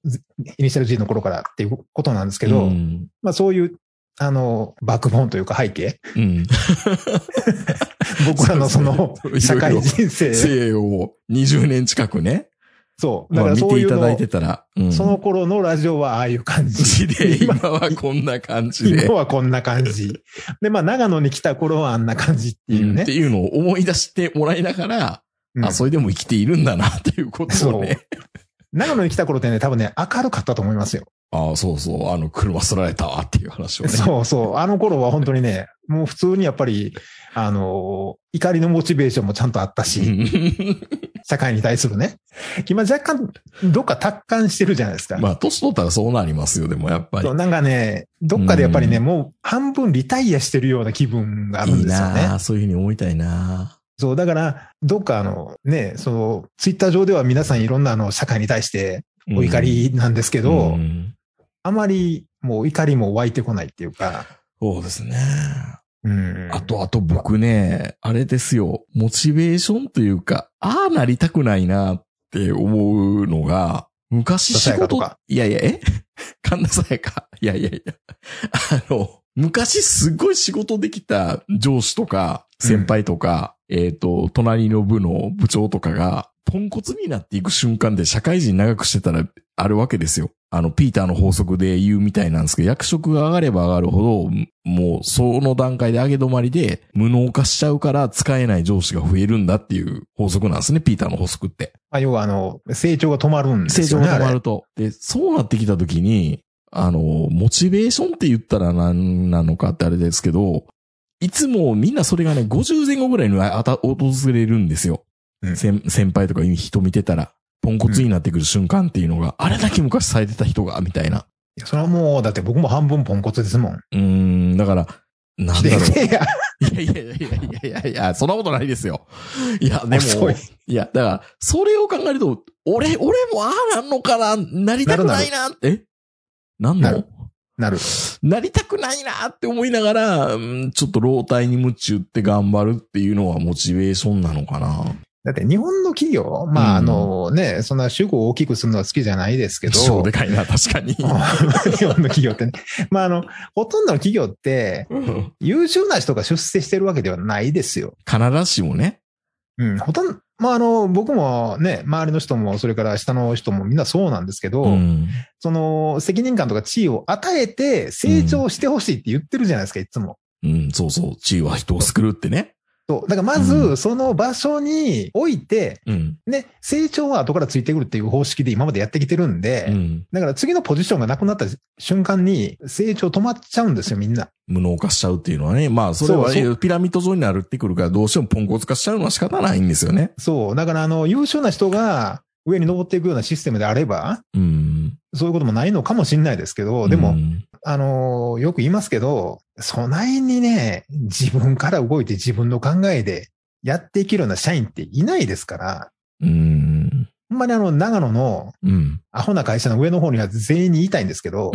Speaker 3: イニシャル G の頃からっていうことなんですけど、
Speaker 2: うん。
Speaker 3: まあ、そういう、あの、バックボーンというか背 景、
Speaker 2: うん。
Speaker 3: 僕らのその
Speaker 2: そうですね
Speaker 3: 社会人生、
Speaker 2: 生を20年近くね、
Speaker 3: そう。だ
Speaker 2: ま
Speaker 3: か
Speaker 2: あ
Speaker 3: ら
Speaker 2: 見
Speaker 3: そ
Speaker 2: て
Speaker 3: う
Speaker 2: い
Speaker 3: いう
Speaker 2: ただい
Speaker 3: の
Speaker 2: て、たら。うん
Speaker 3: その頃のラジオはああいう感 じ。
Speaker 2: で、今はこんな感じで
Speaker 3: 今。はこんな感じ。で、まあ、長野に来た頃はあんな感じってい
Speaker 2: う
Speaker 3: う
Speaker 2: ん
Speaker 3: ね
Speaker 2: って。いうのを思い出してもらいながら、
Speaker 3: うん
Speaker 2: あ、それでも生きているんだなっていうことをね。
Speaker 3: 長野に来た頃ってね、多分ね、明るかったと思いますよ。
Speaker 2: あそうそう、あの、車すられたわっていう話をね。
Speaker 3: そうそう。あの頃は本当にね、もう普通にやっぱり、あの、怒りのモチベーションもちゃんとあった
Speaker 2: う
Speaker 3: し、
Speaker 2: ん
Speaker 3: 社会に対するね。今若干、どっか達観してるじゃないです か。
Speaker 2: まあ、年取ったらそうなりますよ、でもやっぱり
Speaker 3: そう。なんかね、どっかでやっぱりね、
Speaker 2: うん
Speaker 3: もう半分リタイアしてるような気分がある
Speaker 2: いい
Speaker 3: んですよね。
Speaker 2: なあそういうふうに思いたいな
Speaker 3: そう、だから、どっかあの、ね、その、ツイッター上では皆さんいろんなあの、社会に対してお怒りなんですけ
Speaker 2: け
Speaker 3: ど、あまりもう怒りも湧いてこないっていうか、
Speaker 2: そうですね。
Speaker 3: うん。
Speaker 2: あと、あと僕ね、あれですよ、モチベーションというか、ああなりたくないなって思うのが、昔
Speaker 3: ささ
Speaker 2: 仕
Speaker 3: やかと
Speaker 2: 事
Speaker 3: か、
Speaker 2: いやいや、え 神田さやか。いやいやいや。あの、昔すっごい仕事できた上司とか、先輩とか、えっ、と、隣の部の部長とかが、ポンコツになっていく瞬間で社会人長くしてたらあるわけですよ。あの、ピーターの法則で言うみたいなんですけど、役職が上がれば上がるほど、もうその段階で上げ止まりで無能化しちゃうから使えない上司が増えるんだっていう法則なんですね、ピーターの法則って。
Speaker 3: まあ、要は、あの、成長が止まるんで
Speaker 2: 成
Speaker 3: す
Speaker 2: 長
Speaker 3: よね。
Speaker 2: が止ま
Speaker 3: あれ
Speaker 2: ると。で、そうなってきたときに、あの、モチベーションって言ったら何なのかってあれですけど、いつもみんなそれがね、50前後ぐらいにあた訪れるんですよ。
Speaker 3: うん
Speaker 2: 先先輩とかいう人見てたら、ポンコツになってくる瞬間っていうのが、あれだけ昔されてた人が、みたいな。
Speaker 3: いやそれはもう、だって僕も半分ポンコツですもん。
Speaker 2: うーん、だから、なんだろう。
Speaker 3: いや、
Speaker 2: いやいやいやいやいやいや、そんなことないですよ。いや、でも
Speaker 3: 遅い、
Speaker 2: いや、だから、それを考えると、俺、俺もああなんのかな、なりたくないな、えなん
Speaker 3: な
Speaker 2: の
Speaker 3: るなる。
Speaker 2: なりたくないなって思いながら、うんちょっと老体に夢中って頑張るっていうのはモチベーションなのかな。
Speaker 3: だって日本の企業、まあ、あ
Speaker 2: うん
Speaker 3: のね、そんな主語を大きくするのは好きじゃないですけど、
Speaker 2: そうでかいな、確かに。
Speaker 3: 日本の企業ってね。まあ、あの、ほとんどの企業って
Speaker 2: うん
Speaker 3: 優秀な人が出世してるわけではないですよ。
Speaker 2: 必ずしもね。
Speaker 3: うん、ほとんど、まあ、あの、僕もね、周りの人も、それから下の人もみんなそうなんですけど、
Speaker 2: うん
Speaker 3: その、責任感とか地位を与えて成長してほしいって言ってるじゃないですか、いつも。
Speaker 2: うん、そうそう。地位は人を救うってね。
Speaker 3: そう。だからま
Speaker 2: う
Speaker 3: ず、その場所に置いて、
Speaker 2: うん。
Speaker 3: ね、成長は後からついてくるっていう方式で今までやってきてるんで、
Speaker 2: うん。
Speaker 3: だから次のポジションがなくなった瞬間に成長止まっちゃうんですよ、みんな。
Speaker 2: 無能化しちゃうっていうのはね。まあ、それは
Speaker 3: そうそ
Speaker 2: ピラミッド状になるってくるから、どうしてもポンコツ化しちゃうのは仕方ないんですよね。
Speaker 3: そう。だから、あの、優秀な人が上に登っていくようなシステムであれば、
Speaker 2: うん。
Speaker 3: そういうこともないのかもしれないですけど、でも、
Speaker 2: うん
Speaker 3: あの、よく言いますけど、備えにね、自分から動いて自分の考えでやっていけるような社員っていないですから、
Speaker 2: うん。
Speaker 3: ほんまにあの、長野の
Speaker 2: うん。
Speaker 3: アホな会社の上の方には全員に言いたいんですけど、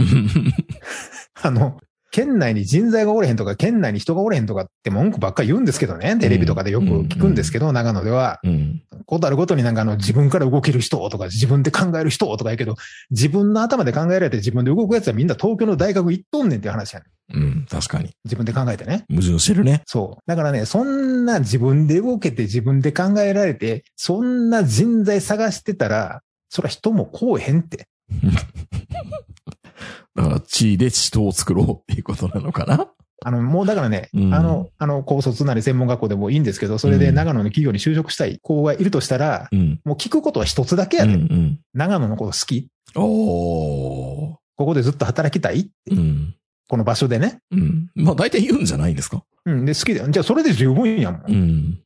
Speaker 3: あの、県内に人材がおれへんとか、県内に人がおれへんとかって文句ばっかり言うんですけどね、テレビとかでよく聞くんですけど、長野では。
Speaker 2: うん。
Speaker 3: ことあるごとになんかあの自分から動ける人とか自分で考える人とかやけど、自分の頭で考えられて自分で動くやつはみんな東京の大学行っとんねんっていう話やねん。
Speaker 2: うん。確かに。
Speaker 3: 自分で考えてね。
Speaker 2: 矛盾してるね。
Speaker 3: そう。だからね、そんな自分で動けて自分で考えられて、そんな人材探してたら、そら人もこうへんって。
Speaker 2: だから、地位で人を作ろうっていうことなのかな
Speaker 3: あの、もうだからね、
Speaker 2: うん
Speaker 3: あの、あの、高卒なり専門学校でもいいんですけど、それで長野の企業に就職したい子がいるとしたら、
Speaker 2: うん。
Speaker 3: もう聞くことは一つだけや
Speaker 2: うん
Speaker 3: で、
Speaker 2: うん。
Speaker 3: 長野のこと好き
Speaker 2: おー。
Speaker 3: ここでずっと働きたい
Speaker 2: うん。
Speaker 3: この場所でね。
Speaker 2: うん。まあ大体言うんじゃないですか。
Speaker 3: うん、で、好きだよ。じゃあ、それで十分やもん。
Speaker 2: ん。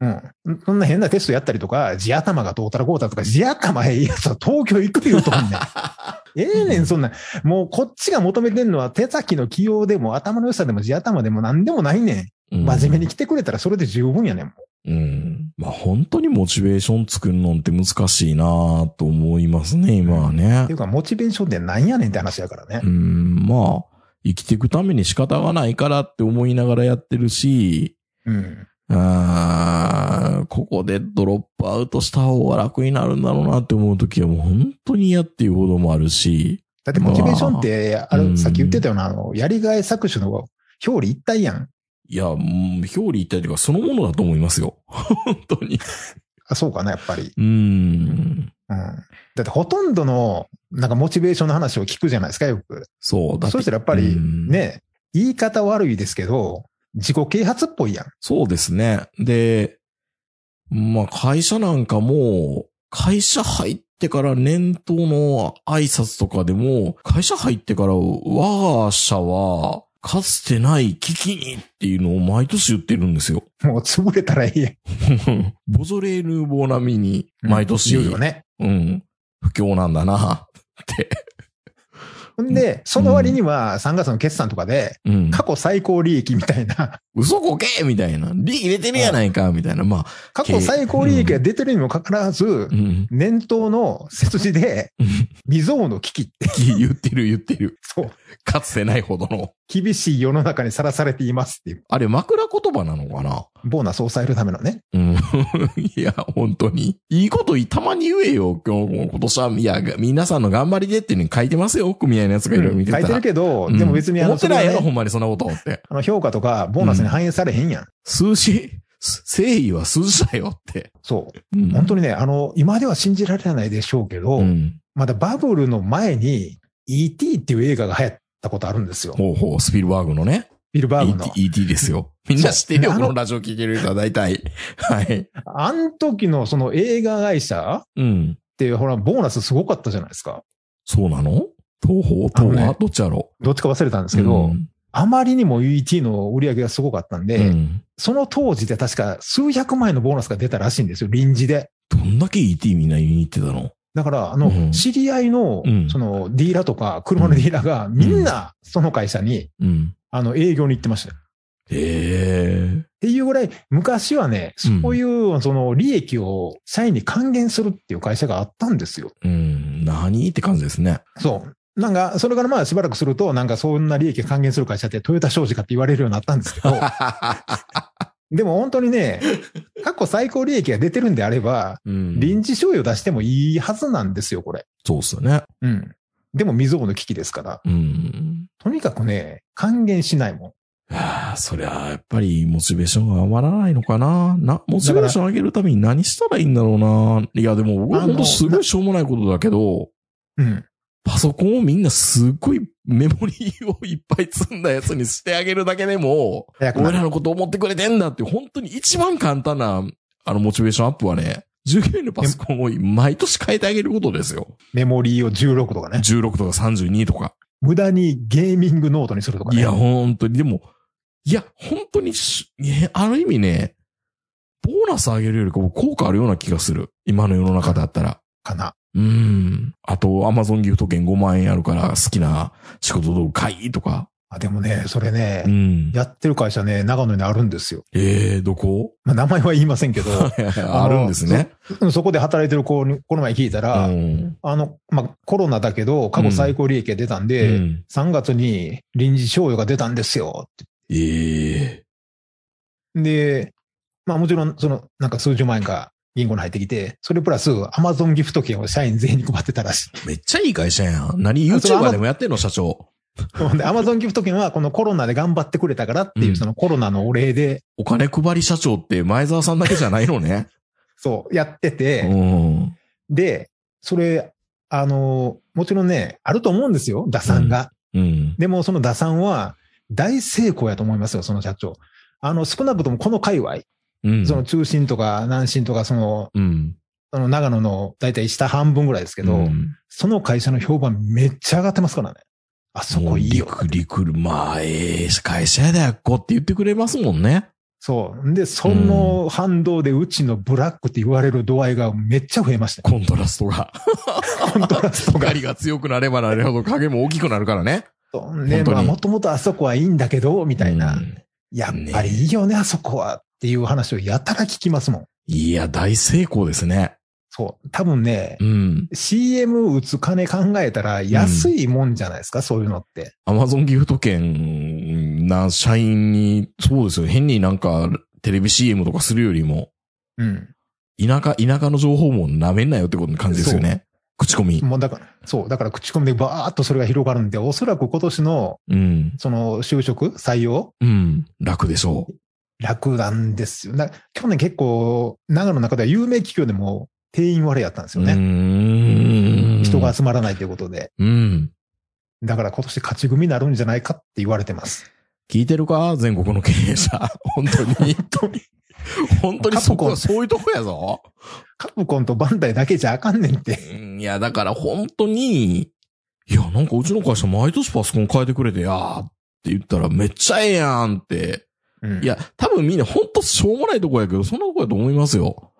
Speaker 3: うん。そんな変なテストやったりとか、地頭がどうたらこうたらとか、地頭へいいやつは東京行くよと んねん。ええねん、そんなん。もう、こっちが求めてんのは、手先の器用でも、頭の良さでも、地頭でも何でもないね
Speaker 2: うん
Speaker 3: ん。真面目に来てくれたら、それで十分やねん。も
Speaker 2: うん。まあ本当にモチベーション作るのって難しいなと思いますね、今は
Speaker 3: うっ
Speaker 2: ね
Speaker 3: てい。うか、モチベーションってなんやねんって話やからね
Speaker 2: う。ん、まあ、生きていくために仕方がないからって思いながらやってるし、
Speaker 3: うん。
Speaker 2: あーここでドロップアウトした方が楽になるんだろうなって思うときはもう本当に嫌っていうほどもあるし、
Speaker 3: だって、モチベーションって、あ
Speaker 2: う
Speaker 3: る、
Speaker 2: ん
Speaker 3: さっき言ってたような、あの、やりがい搾取の表裏一体やん。
Speaker 2: いや、もう表裏一体というかそのものだと思いますよ。本当に。
Speaker 3: あ、そうかな、やっぱり。
Speaker 2: うん。
Speaker 3: うん。だって、ほとんどの、なんか、モチベーションの話を聞くじゃないですか、よく。
Speaker 2: そう。だって
Speaker 3: そしたらやっぱり
Speaker 2: うん
Speaker 3: ね、言い方悪いですけど、自己啓発っぽいやん。
Speaker 2: そうですね。で、まあ会社なんかも、会社入ってから年頭の挨拶とかでも、会社入ってから我が社は、かつてない危機にっていうのを毎年言ってるんです よ。
Speaker 3: もう潰れたらいいやん。
Speaker 2: ボジョレーヌーボー並みに、毎年、
Speaker 3: 言うよね。
Speaker 2: うん、不況なんだなって。
Speaker 3: ほんで、その割には3月の決算とかで、
Speaker 2: うん、
Speaker 3: 過去最高利益みたい な、
Speaker 2: 嘘こけみたいな。利入れてるやないかみたいな。まあ、
Speaker 3: 過去最高利益が出てるにもかかわらず
Speaker 2: う、ん。
Speaker 3: 年頭の節字で、未曾有の危機って、
Speaker 2: 言ってる言ってる。
Speaker 3: そう、
Speaker 2: かつてないほどの。
Speaker 3: 厳しい世の中にさらされていますっていう、
Speaker 2: あれ、枕言葉なのかな
Speaker 3: ボーナスを抑えるためのね。
Speaker 2: うん。 いや、本当に。いいことたまに言えよ。今日、今年は、いや、が皆さんの頑張りでっていうのに書いてますよ。組合のやつがいろいろ
Speaker 3: 書
Speaker 2: 見
Speaker 3: い
Speaker 2: てたら。
Speaker 3: てるけど、
Speaker 2: うん
Speaker 3: でも別にあ
Speaker 2: 思
Speaker 3: の、
Speaker 2: って
Speaker 3: それ
Speaker 2: な
Speaker 3: はい
Speaker 2: やろ、ほ
Speaker 3: ね
Speaker 2: んまにそんなことって。
Speaker 3: あの評価とかボーナスに反映されへんやん。
Speaker 2: 数字、誠意は筋だよって。
Speaker 3: そうう。
Speaker 2: ん
Speaker 3: 本当にね、あの、今では信じられないでしょうけど、
Speaker 2: うん。
Speaker 3: まだバブルの前に ET っていう映画が流行ったことあるんですよ。
Speaker 2: ほうほう、スピルバーグのね。
Speaker 3: ビルバーグの。
Speaker 2: ET, ET ですよ。みんな知ってるよ、
Speaker 3: そう
Speaker 2: こ
Speaker 3: あの
Speaker 2: のラジオ聞ける人は大体。はい。
Speaker 3: あん時のその映画会社っ
Speaker 2: うん。
Speaker 3: て、ほら、ボーナスすごかったじゃないですか。
Speaker 2: そうなの東宝
Speaker 3: あの
Speaker 2: 東は
Speaker 3: ね
Speaker 2: どっちやろう
Speaker 3: どっちか忘れたんですけど、
Speaker 2: うん
Speaker 3: あまりにも ET の売り上げがすごかったんで、
Speaker 2: うん
Speaker 3: その当時で確か数百万円のボーナスが出たらしいんですよ、臨時で。
Speaker 2: どんだけ ET みんな言いに行ってたの
Speaker 3: だから、あ
Speaker 2: うん
Speaker 3: の、知り合いの
Speaker 2: うん、
Speaker 3: その、ディーラーとか、車のディーラーが、みんな、その会社に、
Speaker 2: うん。
Speaker 3: あの、営業に行ってましたよ。っ
Speaker 2: ええ
Speaker 3: ていうぐらい、昔はね、そういう、その、利益を社員に還元するっていう会社があったんですよ。
Speaker 2: うん。何って感じですね。
Speaker 3: そう。なんか、それからまあ、しばらくすると、なんか、そんな利益還元する会社って、トヨタ商事かって言われるようになったんです けど、でも本当にね、過去最高利益が出てるんであれば、
Speaker 2: うん
Speaker 3: 臨時賞与出してもいいはずなんですよ、これ。
Speaker 2: そうっすよね。
Speaker 3: うん。でも未曾有の危機ですから、
Speaker 2: うん。
Speaker 3: とにかくね、還元しないもん。
Speaker 2: ああ、そりゃ、やっぱりモチベーションが上がらないのかな。な、モチベーション上げるために何したらいいんだろうな。いや、でも僕は
Speaker 3: あの
Speaker 2: 本当すごいしょうもないことだけど、
Speaker 3: うん。
Speaker 2: パソコンをみんなすっごいメモリーをいっぱい積んだやつにしてあげるだけでも、
Speaker 3: 早くな
Speaker 2: 俺
Speaker 3: る
Speaker 2: らのこと思ってくれてんだって、本当に一番簡単な、あの、モチベーションアップはね、従業員のパソコンを毎年変えてあげることですよ。
Speaker 3: メモリーを16とかね。
Speaker 2: 16とか32とか。
Speaker 3: 無駄にゲーミングノートにするとか
Speaker 2: い
Speaker 3: ね。
Speaker 2: や、本当に。でも、いや、本当にし、ねある意味ね、ボーナス上げるよりかも効果あるような気がする。今の世の中だったら。
Speaker 3: かな。
Speaker 2: うん。あと、アマゾンギフト券5万円あるから、好きな仕事道具買いとか。
Speaker 3: あでもね、それね
Speaker 2: う、ん。
Speaker 3: やってる会社ね、長野にあるんですよ。
Speaker 2: ええー、ど こ
Speaker 3: まあ、名前は言いませんけど、
Speaker 2: あるんですね。
Speaker 3: うんそこで働いてる子に、この前聞いたら、
Speaker 2: うん
Speaker 3: あの、まあ、コロナだけど、過去最高利益が出たんで、
Speaker 2: うん
Speaker 3: 3月に臨時賞与が出たんですよ。
Speaker 2: ええ
Speaker 3: で、まあもちろん、その、なんか数十万円が銀行に入ってきて、それプラス、アマゾンギフト券を社員全員に配ってたらしい。
Speaker 2: めっちゃいい会社やん。何 ?YouTuber でもやってんの社長。
Speaker 3: で、アマゾンギフト券はこのコロナで頑張ってくれたからっていう、
Speaker 2: うん
Speaker 3: そのコロナのお礼で、
Speaker 2: お金配り社長って前澤さんだけじゃないの ね。
Speaker 3: そう、やって
Speaker 2: う
Speaker 3: て、
Speaker 2: ん。
Speaker 3: で、それ、あの、もちろんね、あると思うんですよ、打算が。
Speaker 2: うん。
Speaker 3: でもその打算は大成功やと思いますよ、その社長。あの、少なくともこの界隈、
Speaker 2: うん。
Speaker 3: その中心とか南進とか、その、
Speaker 2: うん。
Speaker 3: その長野の大体下半分ぐらいですけど、
Speaker 2: うん
Speaker 3: その会社の評判めっちゃ上がってますからね。あそこいいよ。
Speaker 2: もうリクリクル、まあ、ええ会社やで、っこって言ってくれますもんね。
Speaker 3: そう。んで、その反動でうちのブラックって言われる度合いがめっちゃ増えました。
Speaker 2: コントラスト が。
Speaker 3: コントラストが。
Speaker 2: 光が強くなればなるほど影も大きくなるからね。
Speaker 3: そう
Speaker 2: 本
Speaker 3: ね、
Speaker 2: 当に
Speaker 3: まあ、もともとあそこはいいんだけど、みたいな。
Speaker 2: うん
Speaker 3: やっぱりいいよね、あそこは。っていう話をやたら聞きますもん。
Speaker 2: いや、大成功ですね。
Speaker 3: そう。多分ね、
Speaker 2: うん。
Speaker 3: CM 打つ金考えたら安いもんじゃないですか、そういうのって。
Speaker 2: アマゾンギフト券な社員に、そうですよ。変になんか、テレビ CM とかするよりも、
Speaker 3: うん。
Speaker 2: 田舎、田舎の情報も舐めんなよってことの感じですよね。口コミ。
Speaker 3: もうだから、そう。だから口コミでバーっとそれが広がるんで、おそらく今年の
Speaker 2: うん。
Speaker 3: その就職、採用、
Speaker 2: うん。楽でしょう。
Speaker 3: 楽なんですよ。な去年結構、長野の中では有名企業でも定員割れやったんですよ
Speaker 2: う
Speaker 3: ね。
Speaker 2: ーん
Speaker 3: 人が。集まらないということで。
Speaker 2: うん。
Speaker 3: だから今年勝ち組になるんじゃないかって言われ てます。
Speaker 2: 聞いてるか全国の経営 者。本当に。
Speaker 3: 本当に
Speaker 2: 本当にそこは
Speaker 3: 過去
Speaker 2: そういうとこやぞ。
Speaker 3: カプコンとバンダイだけじゃあかんねんって。
Speaker 2: うんいや、だから本当に、いや、なんかうちの会社毎年パソコン変えてくれてやーって言ったらめっちゃええやんって。
Speaker 3: うん
Speaker 2: いや、多分みんな本当しょうもないとこやけど、そんなとこやと思いますよ。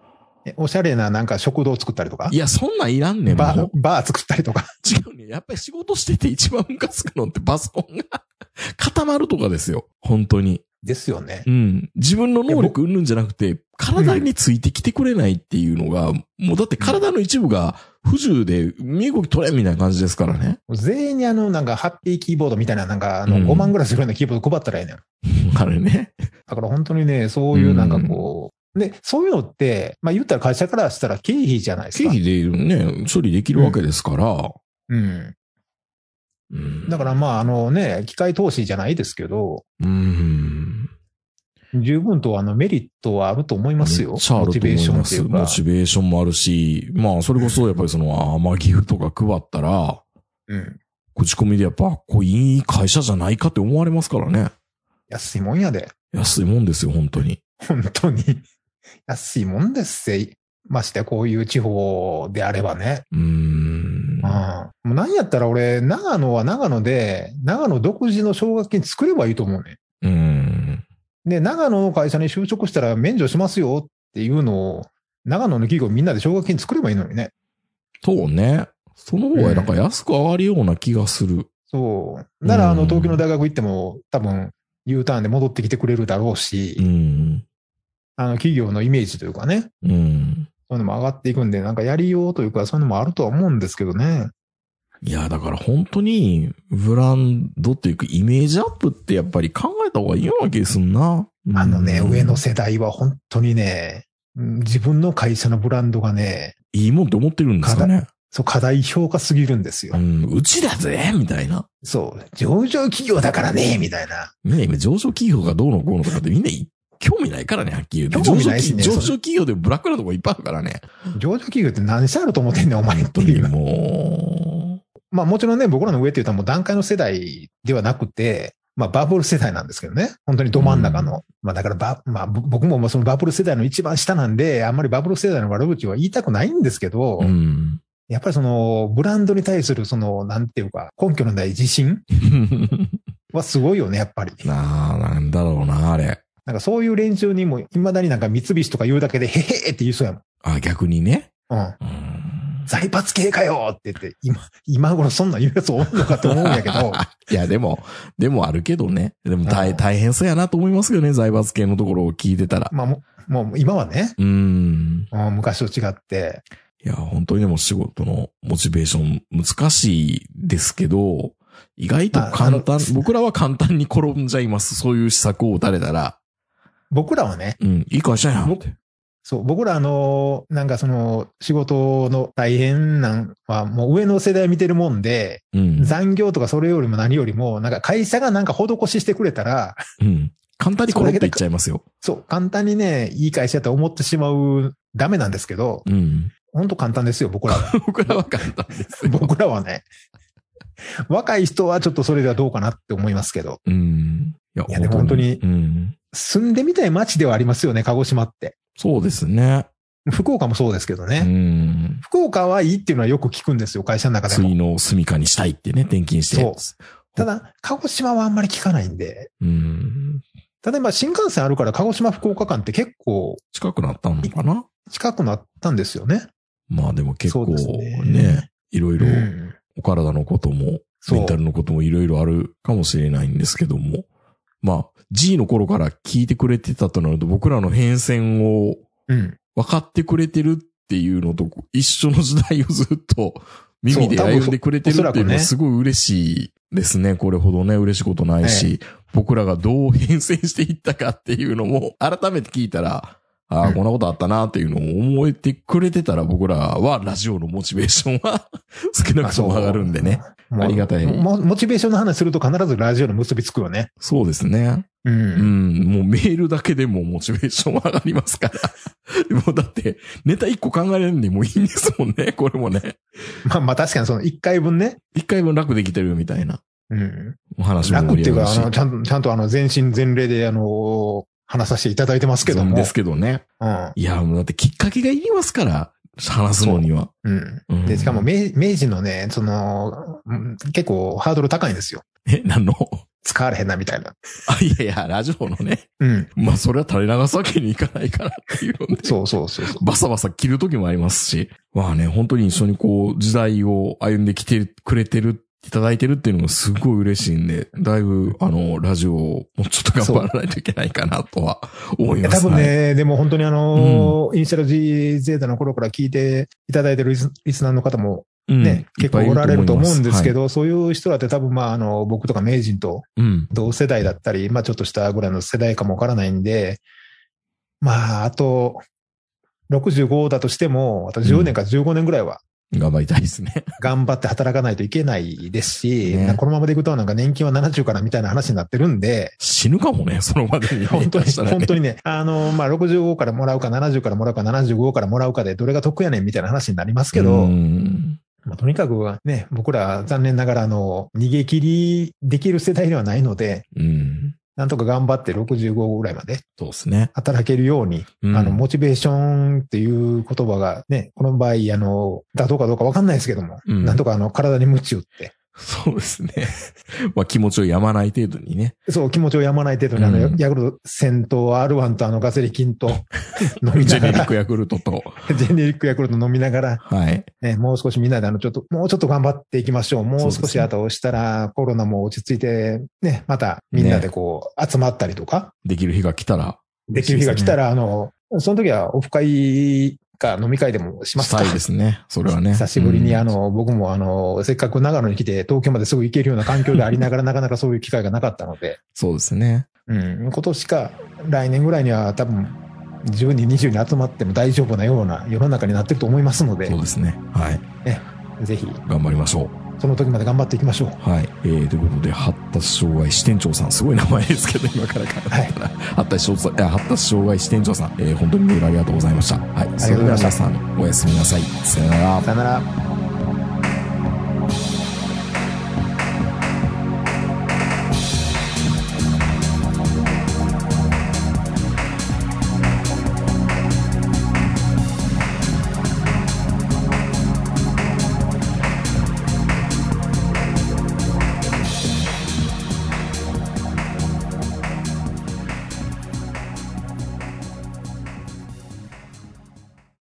Speaker 3: えおしゃれななんか食堂作ったりとか
Speaker 2: い、や、そんなんいらんねん、
Speaker 3: バ
Speaker 2: もう
Speaker 3: ーバー作ったりとか。
Speaker 2: 違うね。やっぱり仕事してて一番ムカつくのってパソコンが固まるとかですよ。本当に。
Speaker 3: ですよね
Speaker 2: う。ん。自分の能力うんぬんじゃなくて、体についてきてくれないっていうのが、もうだって体の一部が不自由で身動き取れんみたいな感じですからね。
Speaker 3: 全員にあのなんかハッピーキーボードみたいななんかあの
Speaker 2: うん
Speaker 3: 5万ぐらいするようなキーボード配ったらええねん。
Speaker 2: あれね。
Speaker 3: だから本当にね、そういうなんかこう。で、そういうのって、まあ言ったら会社からしたら経費じゃないです
Speaker 2: 経
Speaker 3: か。
Speaker 2: 費でね、処理できるわけですから。
Speaker 3: うん。
Speaker 2: うん。
Speaker 3: だからまあ、あのね、機械投資じゃないですけど、
Speaker 2: うん。
Speaker 3: 十分とあのメリットはあると思いますよ。
Speaker 2: めっちゃあると思います
Speaker 3: モチベーションっていう
Speaker 2: モ
Speaker 3: か。
Speaker 2: チベーションもあるし、まあ、それこそやっぱりその、天牛とか配ったら、
Speaker 3: うん。
Speaker 2: 口コミでやっぱ、こういい会社じゃないかって思われますからね。
Speaker 3: 安いもんやで。
Speaker 2: 安いもんですよ、本当に。
Speaker 3: 本当に。安いもんですせ。ましてやこういう地方であればね。
Speaker 2: うーん。
Speaker 3: うん。もう何やったら俺、長野は長野で、長野独自の奨学金作ればいいと思うね。
Speaker 2: うーん。
Speaker 3: で、長野の会社に就職したら免除しますよっていうのを、長野の企業みんなで奨学金作ればいいのにね。
Speaker 2: そうね。その方がなんか安く上がるような気がする。
Speaker 3: そう。なら、あ
Speaker 2: う
Speaker 3: の、
Speaker 2: ん
Speaker 3: 東京の大学行っても、多分、U ターンで戻ってきてくれるだろうし、
Speaker 2: うん。
Speaker 3: あの、企業のイメージというかね、
Speaker 2: うん。
Speaker 3: そういうのも上がっていくんで、なんかやりようというか、そういうのもあるとは思うんですけどね。
Speaker 2: いや、だから本当に、ブランドっていうか、イメージアップってやっぱり考えた方がいいような気がすんな。うん
Speaker 3: あのね、上の。世代は本当にね、うん自分の会社のブランドがね、
Speaker 2: いいもんって思ってるんですかね。
Speaker 3: そう、過大評価すぎるんですよ
Speaker 2: う。ん、うちだぜみたいな。
Speaker 3: そう、上場企業だからね、みたいな。
Speaker 2: みんな今上場企業がどうのこうのとかってみんな興味ないからね、はっきり言って。
Speaker 3: 興味ないっすね
Speaker 2: 上場上
Speaker 3: それ
Speaker 2: 場企業でブラックなとこいっぱいあるからね。
Speaker 3: 上場企業って何してあると思ってんねん、お前っ
Speaker 2: 本
Speaker 3: て
Speaker 2: 当
Speaker 3: い
Speaker 2: に
Speaker 3: う。
Speaker 2: も
Speaker 3: まあもちろんね、僕らの上って言ったらもう段階の世代ではなくて、まあバブル世代なんですけどね。本当にど真ん中の。まあだからば、まあぼ僕ももうそのバブル世代の一番下なんで、あんまりバブル世代の悪口は言いたくないんですけど、
Speaker 2: う。うん。
Speaker 3: やっぱりそのブランドに対するその、なんていうか、根拠のない自信はすごいよね、やっぱり。
Speaker 2: なあ、なんだろうな、あれ。
Speaker 3: なんかそういう連中にも、未だになんか三菱とか言うだけで、へへへって言いそうやもん。
Speaker 2: あ、逆にね。
Speaker 3: うん。
Speaker 2: うん
Speaker 3: 財閥系かよって言って、今、今頃そんなん言うやつおるのかと思うんや けど、
Speaker 2: いや、でも、でもあるけどね。でも
Speaker 3: う
Speaker 2: 大
Speaker 3: ん
Speaker 2: 大変そうやなと思いますけどね、財閥系のところを聞いてたら。
Speaker 3: まあもう、もう今はね、
Speaker 2: うん。
Speaker 3: うん昔と違って、
Speaker 2: いや、本当にでも仕事のモチベーション難しいですけど、意外と簡
Speaker 3: まああ
Speaker 2: 単、
Speaker 3: の
Speaker 2: 僕らは簡単に転んじゃいます。そういう施策を打たれたら。
Speaker 3: 僕らはね、
Speaker 2: うん、いい会社やんっ
Speaker 3: 僕
Speaker 2: て。
Speaker 3: そう、僕らあの、なんかその、仕事の大変なんは、もう上の世代見てるもんで、
Speaker 2: うん。
Speaker 3: 残業とかそれよりも何よりも、なんか会社がなんか施ししてくれたら、
Speaker 2: うん。簡単に転っていっちゃいますよ。
Speaker 3: そう、簡単にね、いい会社だと思ってしまう、ダメなんですけど、
Speaker 2: うん。
Speaker 3: ほんと簡単ですよ、 僕 らは。
Speaker 2: 僕らは簡単ですよ。
Speaker 3: 僕らはね。若い人はちょっとそれではどうかなって思いますけど、
Speaker 2: うん。いや
Speaker 3: いやでも本当に
Speaker 2: うん。
Speaker 3: 住んでみたい街ではありますよね、鹿児島って。
Speaker 2: そうですね。
Speaker 3: 福岡もそうですけどね。
Speaker 2: うん。
Speaker 3: 福岡はいいっていうのはよく聞くんですよ、会社の中でも。
Speaker 2: 次の住処にしたいってね、転勤して。
Speaker 3: そうただ、鹿児島はあんまり聞かないんで、
Speaker 2: うん。
Speaker 3: ただ今新幹線あるから鹿児島福岡間って結構
Speaker 2: 近くなったのかな
Speaker 3: 近くなったんですよね。
Speaker 2: まあでも結構
Speaker 3: そうです
Speaker 2: ね、
Speaker 3: ね
Speaker 2: いろいろ
Speaker 3: うん
Speaker 2: お体のことも、
Speaker 3: そう
Speaker 2: メンタルのこともいろいろあるかもしれないんですけども。まあ、G の頃から聞いてくれてたとなると、僕らの変遷を
Speaker 3: うん。
Speaker 2: 分かってくれてるっていうのと一緒の時代をずっと耳で
Speaker 3: そう多分
Speaker 2: 歩んでくれてるっていうの
Speaker 3: おそらく
Speaker 2: は
Speaker 3: ね
Speaker 2: すごい嬉しいですね。これほどね、嬉しいことないし、僕らがどう変遷していったかっていうのも改めて聞いたら、あ
Speaker 3: う
Speaker 2: あ、
Speaker 3: ん
Speaker 2: こんなことあったなっていうのを思えてくれてたら僕らはラジオのモチベーションは 少なくとも上がるんでね。
Speaker 3: もう
Speaker 2: ありがたい
Speaker 3: もモチベーションの話すると必ずラジオの結びつくよね。
Speaker 2: そうですね。う
Speaker 3: う。
Speaker 2: んん、もうメールだけでもモチベーションは上がりますから。もうだって、ネタ一個考えるんでもいいんですもんね、これもね。
Speaker 3: まあまあ確かにその一回分ね。
Speaker 2: 一回分楽できてるみたいな
Speaker 3: うん。
Speaker 2: お話も
Speaker 3: 楽っ
Speaker 2: 盛
Speaker 3: て
Speaker 2: り
Speaker 3: いう
Speaker 2: 上がる
Speaker 3: か、
Speaker 2: し。
Speaker 3: あの、ちゃんと、ちゃんとあの、全身全霊で、あの、話させていただいてますけど
Speaker 2: そう
Speaker 3: も。
Speaker 2: ですけどね。
Speaker 3: うん。
Speaker 2: いや、もうだってきっかけがいりますから、話すのには。
Speaker 3: うん。
Speaker 2: うん
Speaker 3: で、しかも、明明治のね、その、うん結構ハードル高いんですよ。
Speaker 2: え、何の
Speaker 3: 使われへんな、みたいな。
Speaker 2: あ、いやいや、ラジオのね。
Speaker 3: うん。
Speaker 2: まあ、それは垂れ流すわけにいかないからっていうので。
Speaker 3: そうそうそうそう。
Speaker 2: バサバサ切る時もありますし。まあね、本当に一緒にこう、時代を歩んできてくれてる、いただいてるっていうのがすごい嬉しいんで、だいぶ、あの、ラジオをもうちょっと頑張らないといけないかなとは思い
Speaker 3: いや
Speaker 2: ま
Speaker 3: 多
Speaker 2: す。
Speaker 3: 分ね、でも本当にあの、インシャル G ゼータの頃から聞いていただいてるリスリスナーの方も
Speaker 2: うん、
Speaker 3: ね、
Speaker 2: いっ
Speaker 3: 結
Speaker 2: ぱ
Speaker 3: 構
Speaker 2: いい
Speaker 3: おられると思うんですけ
Speaker 2: ど。
Speaker 3: ど、そういう人だって多分まあ、あの、僕とか名人と
Speaker 2: はいうん。
Speaker 3: 同世代だったり、まあちょっとしたぐらいの世代かもわからないんで、まあ、あと、65だとしても、あと10年か15年ぐらいは
Speaker 2: 頑張りたいですね。
Speaker 3: 頑張って働かないといけないですし、
Speaker 2: ね
Speaker 3: このままでいくとなんか年金は70からみたいな話になってるんで、
Speaker 2: 死ぬかもね、そのまでに。
Speaker 3: 本当
Speaker 2: 下
Speaker 3: に、
Speaker 2: 手したらね
Speaker 3: 本当にね、あの、まあ、65からもらうか、70からもらうか、75からもらうかで、どれが得やねんみたいな話になりますけ
Speaker 2: う
Speaker 3: ど、
Speaker 2: ん
Speaker 3: まあ、とにかくはね、僕ら残念ながら、あの、逃げ切りできる世代ではないので、
Speaker 2: うん。
Speaker 3: なんとか頑張って65ぐらいまで
Speaker 2: そうですね。
Speaker 3: 働けるように、
Speaker 2: うん
Speaker 3: あの、モチベーションっていう言葉がね、この場合、あの、妥当かどうかわかんないですけども、
Speaker 2: うん
Speaker 3: なんとかあの、体に鞭打って、
Speaker 2: そうですね。 まあ気持ちをやまない程度に ね。
Speaker 3: そう、気持ちをやまない程度に、あの、
Speaker 2: うん
Speaker 3: ヤクルト戦と R1 とあの、ガセリ 菌と飲み
Speaker 2: ジェネ
Speaker 3: なが
Speaker 2: リッ
Speaker 3: ら
Speaker 2: ク、ヤクルト と。
Speaker 3: ジェネリックヤクルト飲みながら、
Speaker 2: はい。
Speaker 3: ね、もう少しみんなであの、ちょっと、もうちょっと頑張っていきましょう。もう
Speaker 2: そうで
Speaker 3: 少
Speaker 2: す
Speaker 3: し
Speaker 2: ね
Speaker 3: 後をしたら、コロナも落ち着いて、ね、またみんなでこう、集まったりとか、
Speaker 2: できる日が来たら。
Speaker 3: できる日が来た
Speaker 2: ら。
Speaker 3: ら、あの、その時はオフ会か飲み会でもしま
Speaker 2: し
Speaker 3: す
Speaker 2: た
Speaker 3: か。
Speaker 2: いですね。それはね。
Speaker 3: 久しぶりに
Speaker 2: うん
Speaker 3: あ、の、僕もあの、せっかく長野に来て、東京まですぐ行けるような環境であり ながら、なかなかそういう機会がなかったので、
Speaker 2: そうですね。
Speaker 3: うん、今年か、来年ぐらいには多分、10人、20人集まっても大丈夫なような世の中になってると思いますので
Speaker 2: そう、ですね。はい。
Speaker 3: ぜひ、
Speaker 2: 頑張りましょう。
Speaker 3: その時まで頑張っていきましょう。
Speaker 2: はい。えー、ということで、発達障害支店長さん、すごい名前ですけど、今から考えたら、
Speaker 3: はい
Speaker 2: 発達障害、あ発達障害支店長さん、えー本当にメールありがとうございました。はい。
Speaker 3: ざいました
Speaker 2: それでは皆さん、おやすみなさい。さよなら。
Speaker 3: さよなら。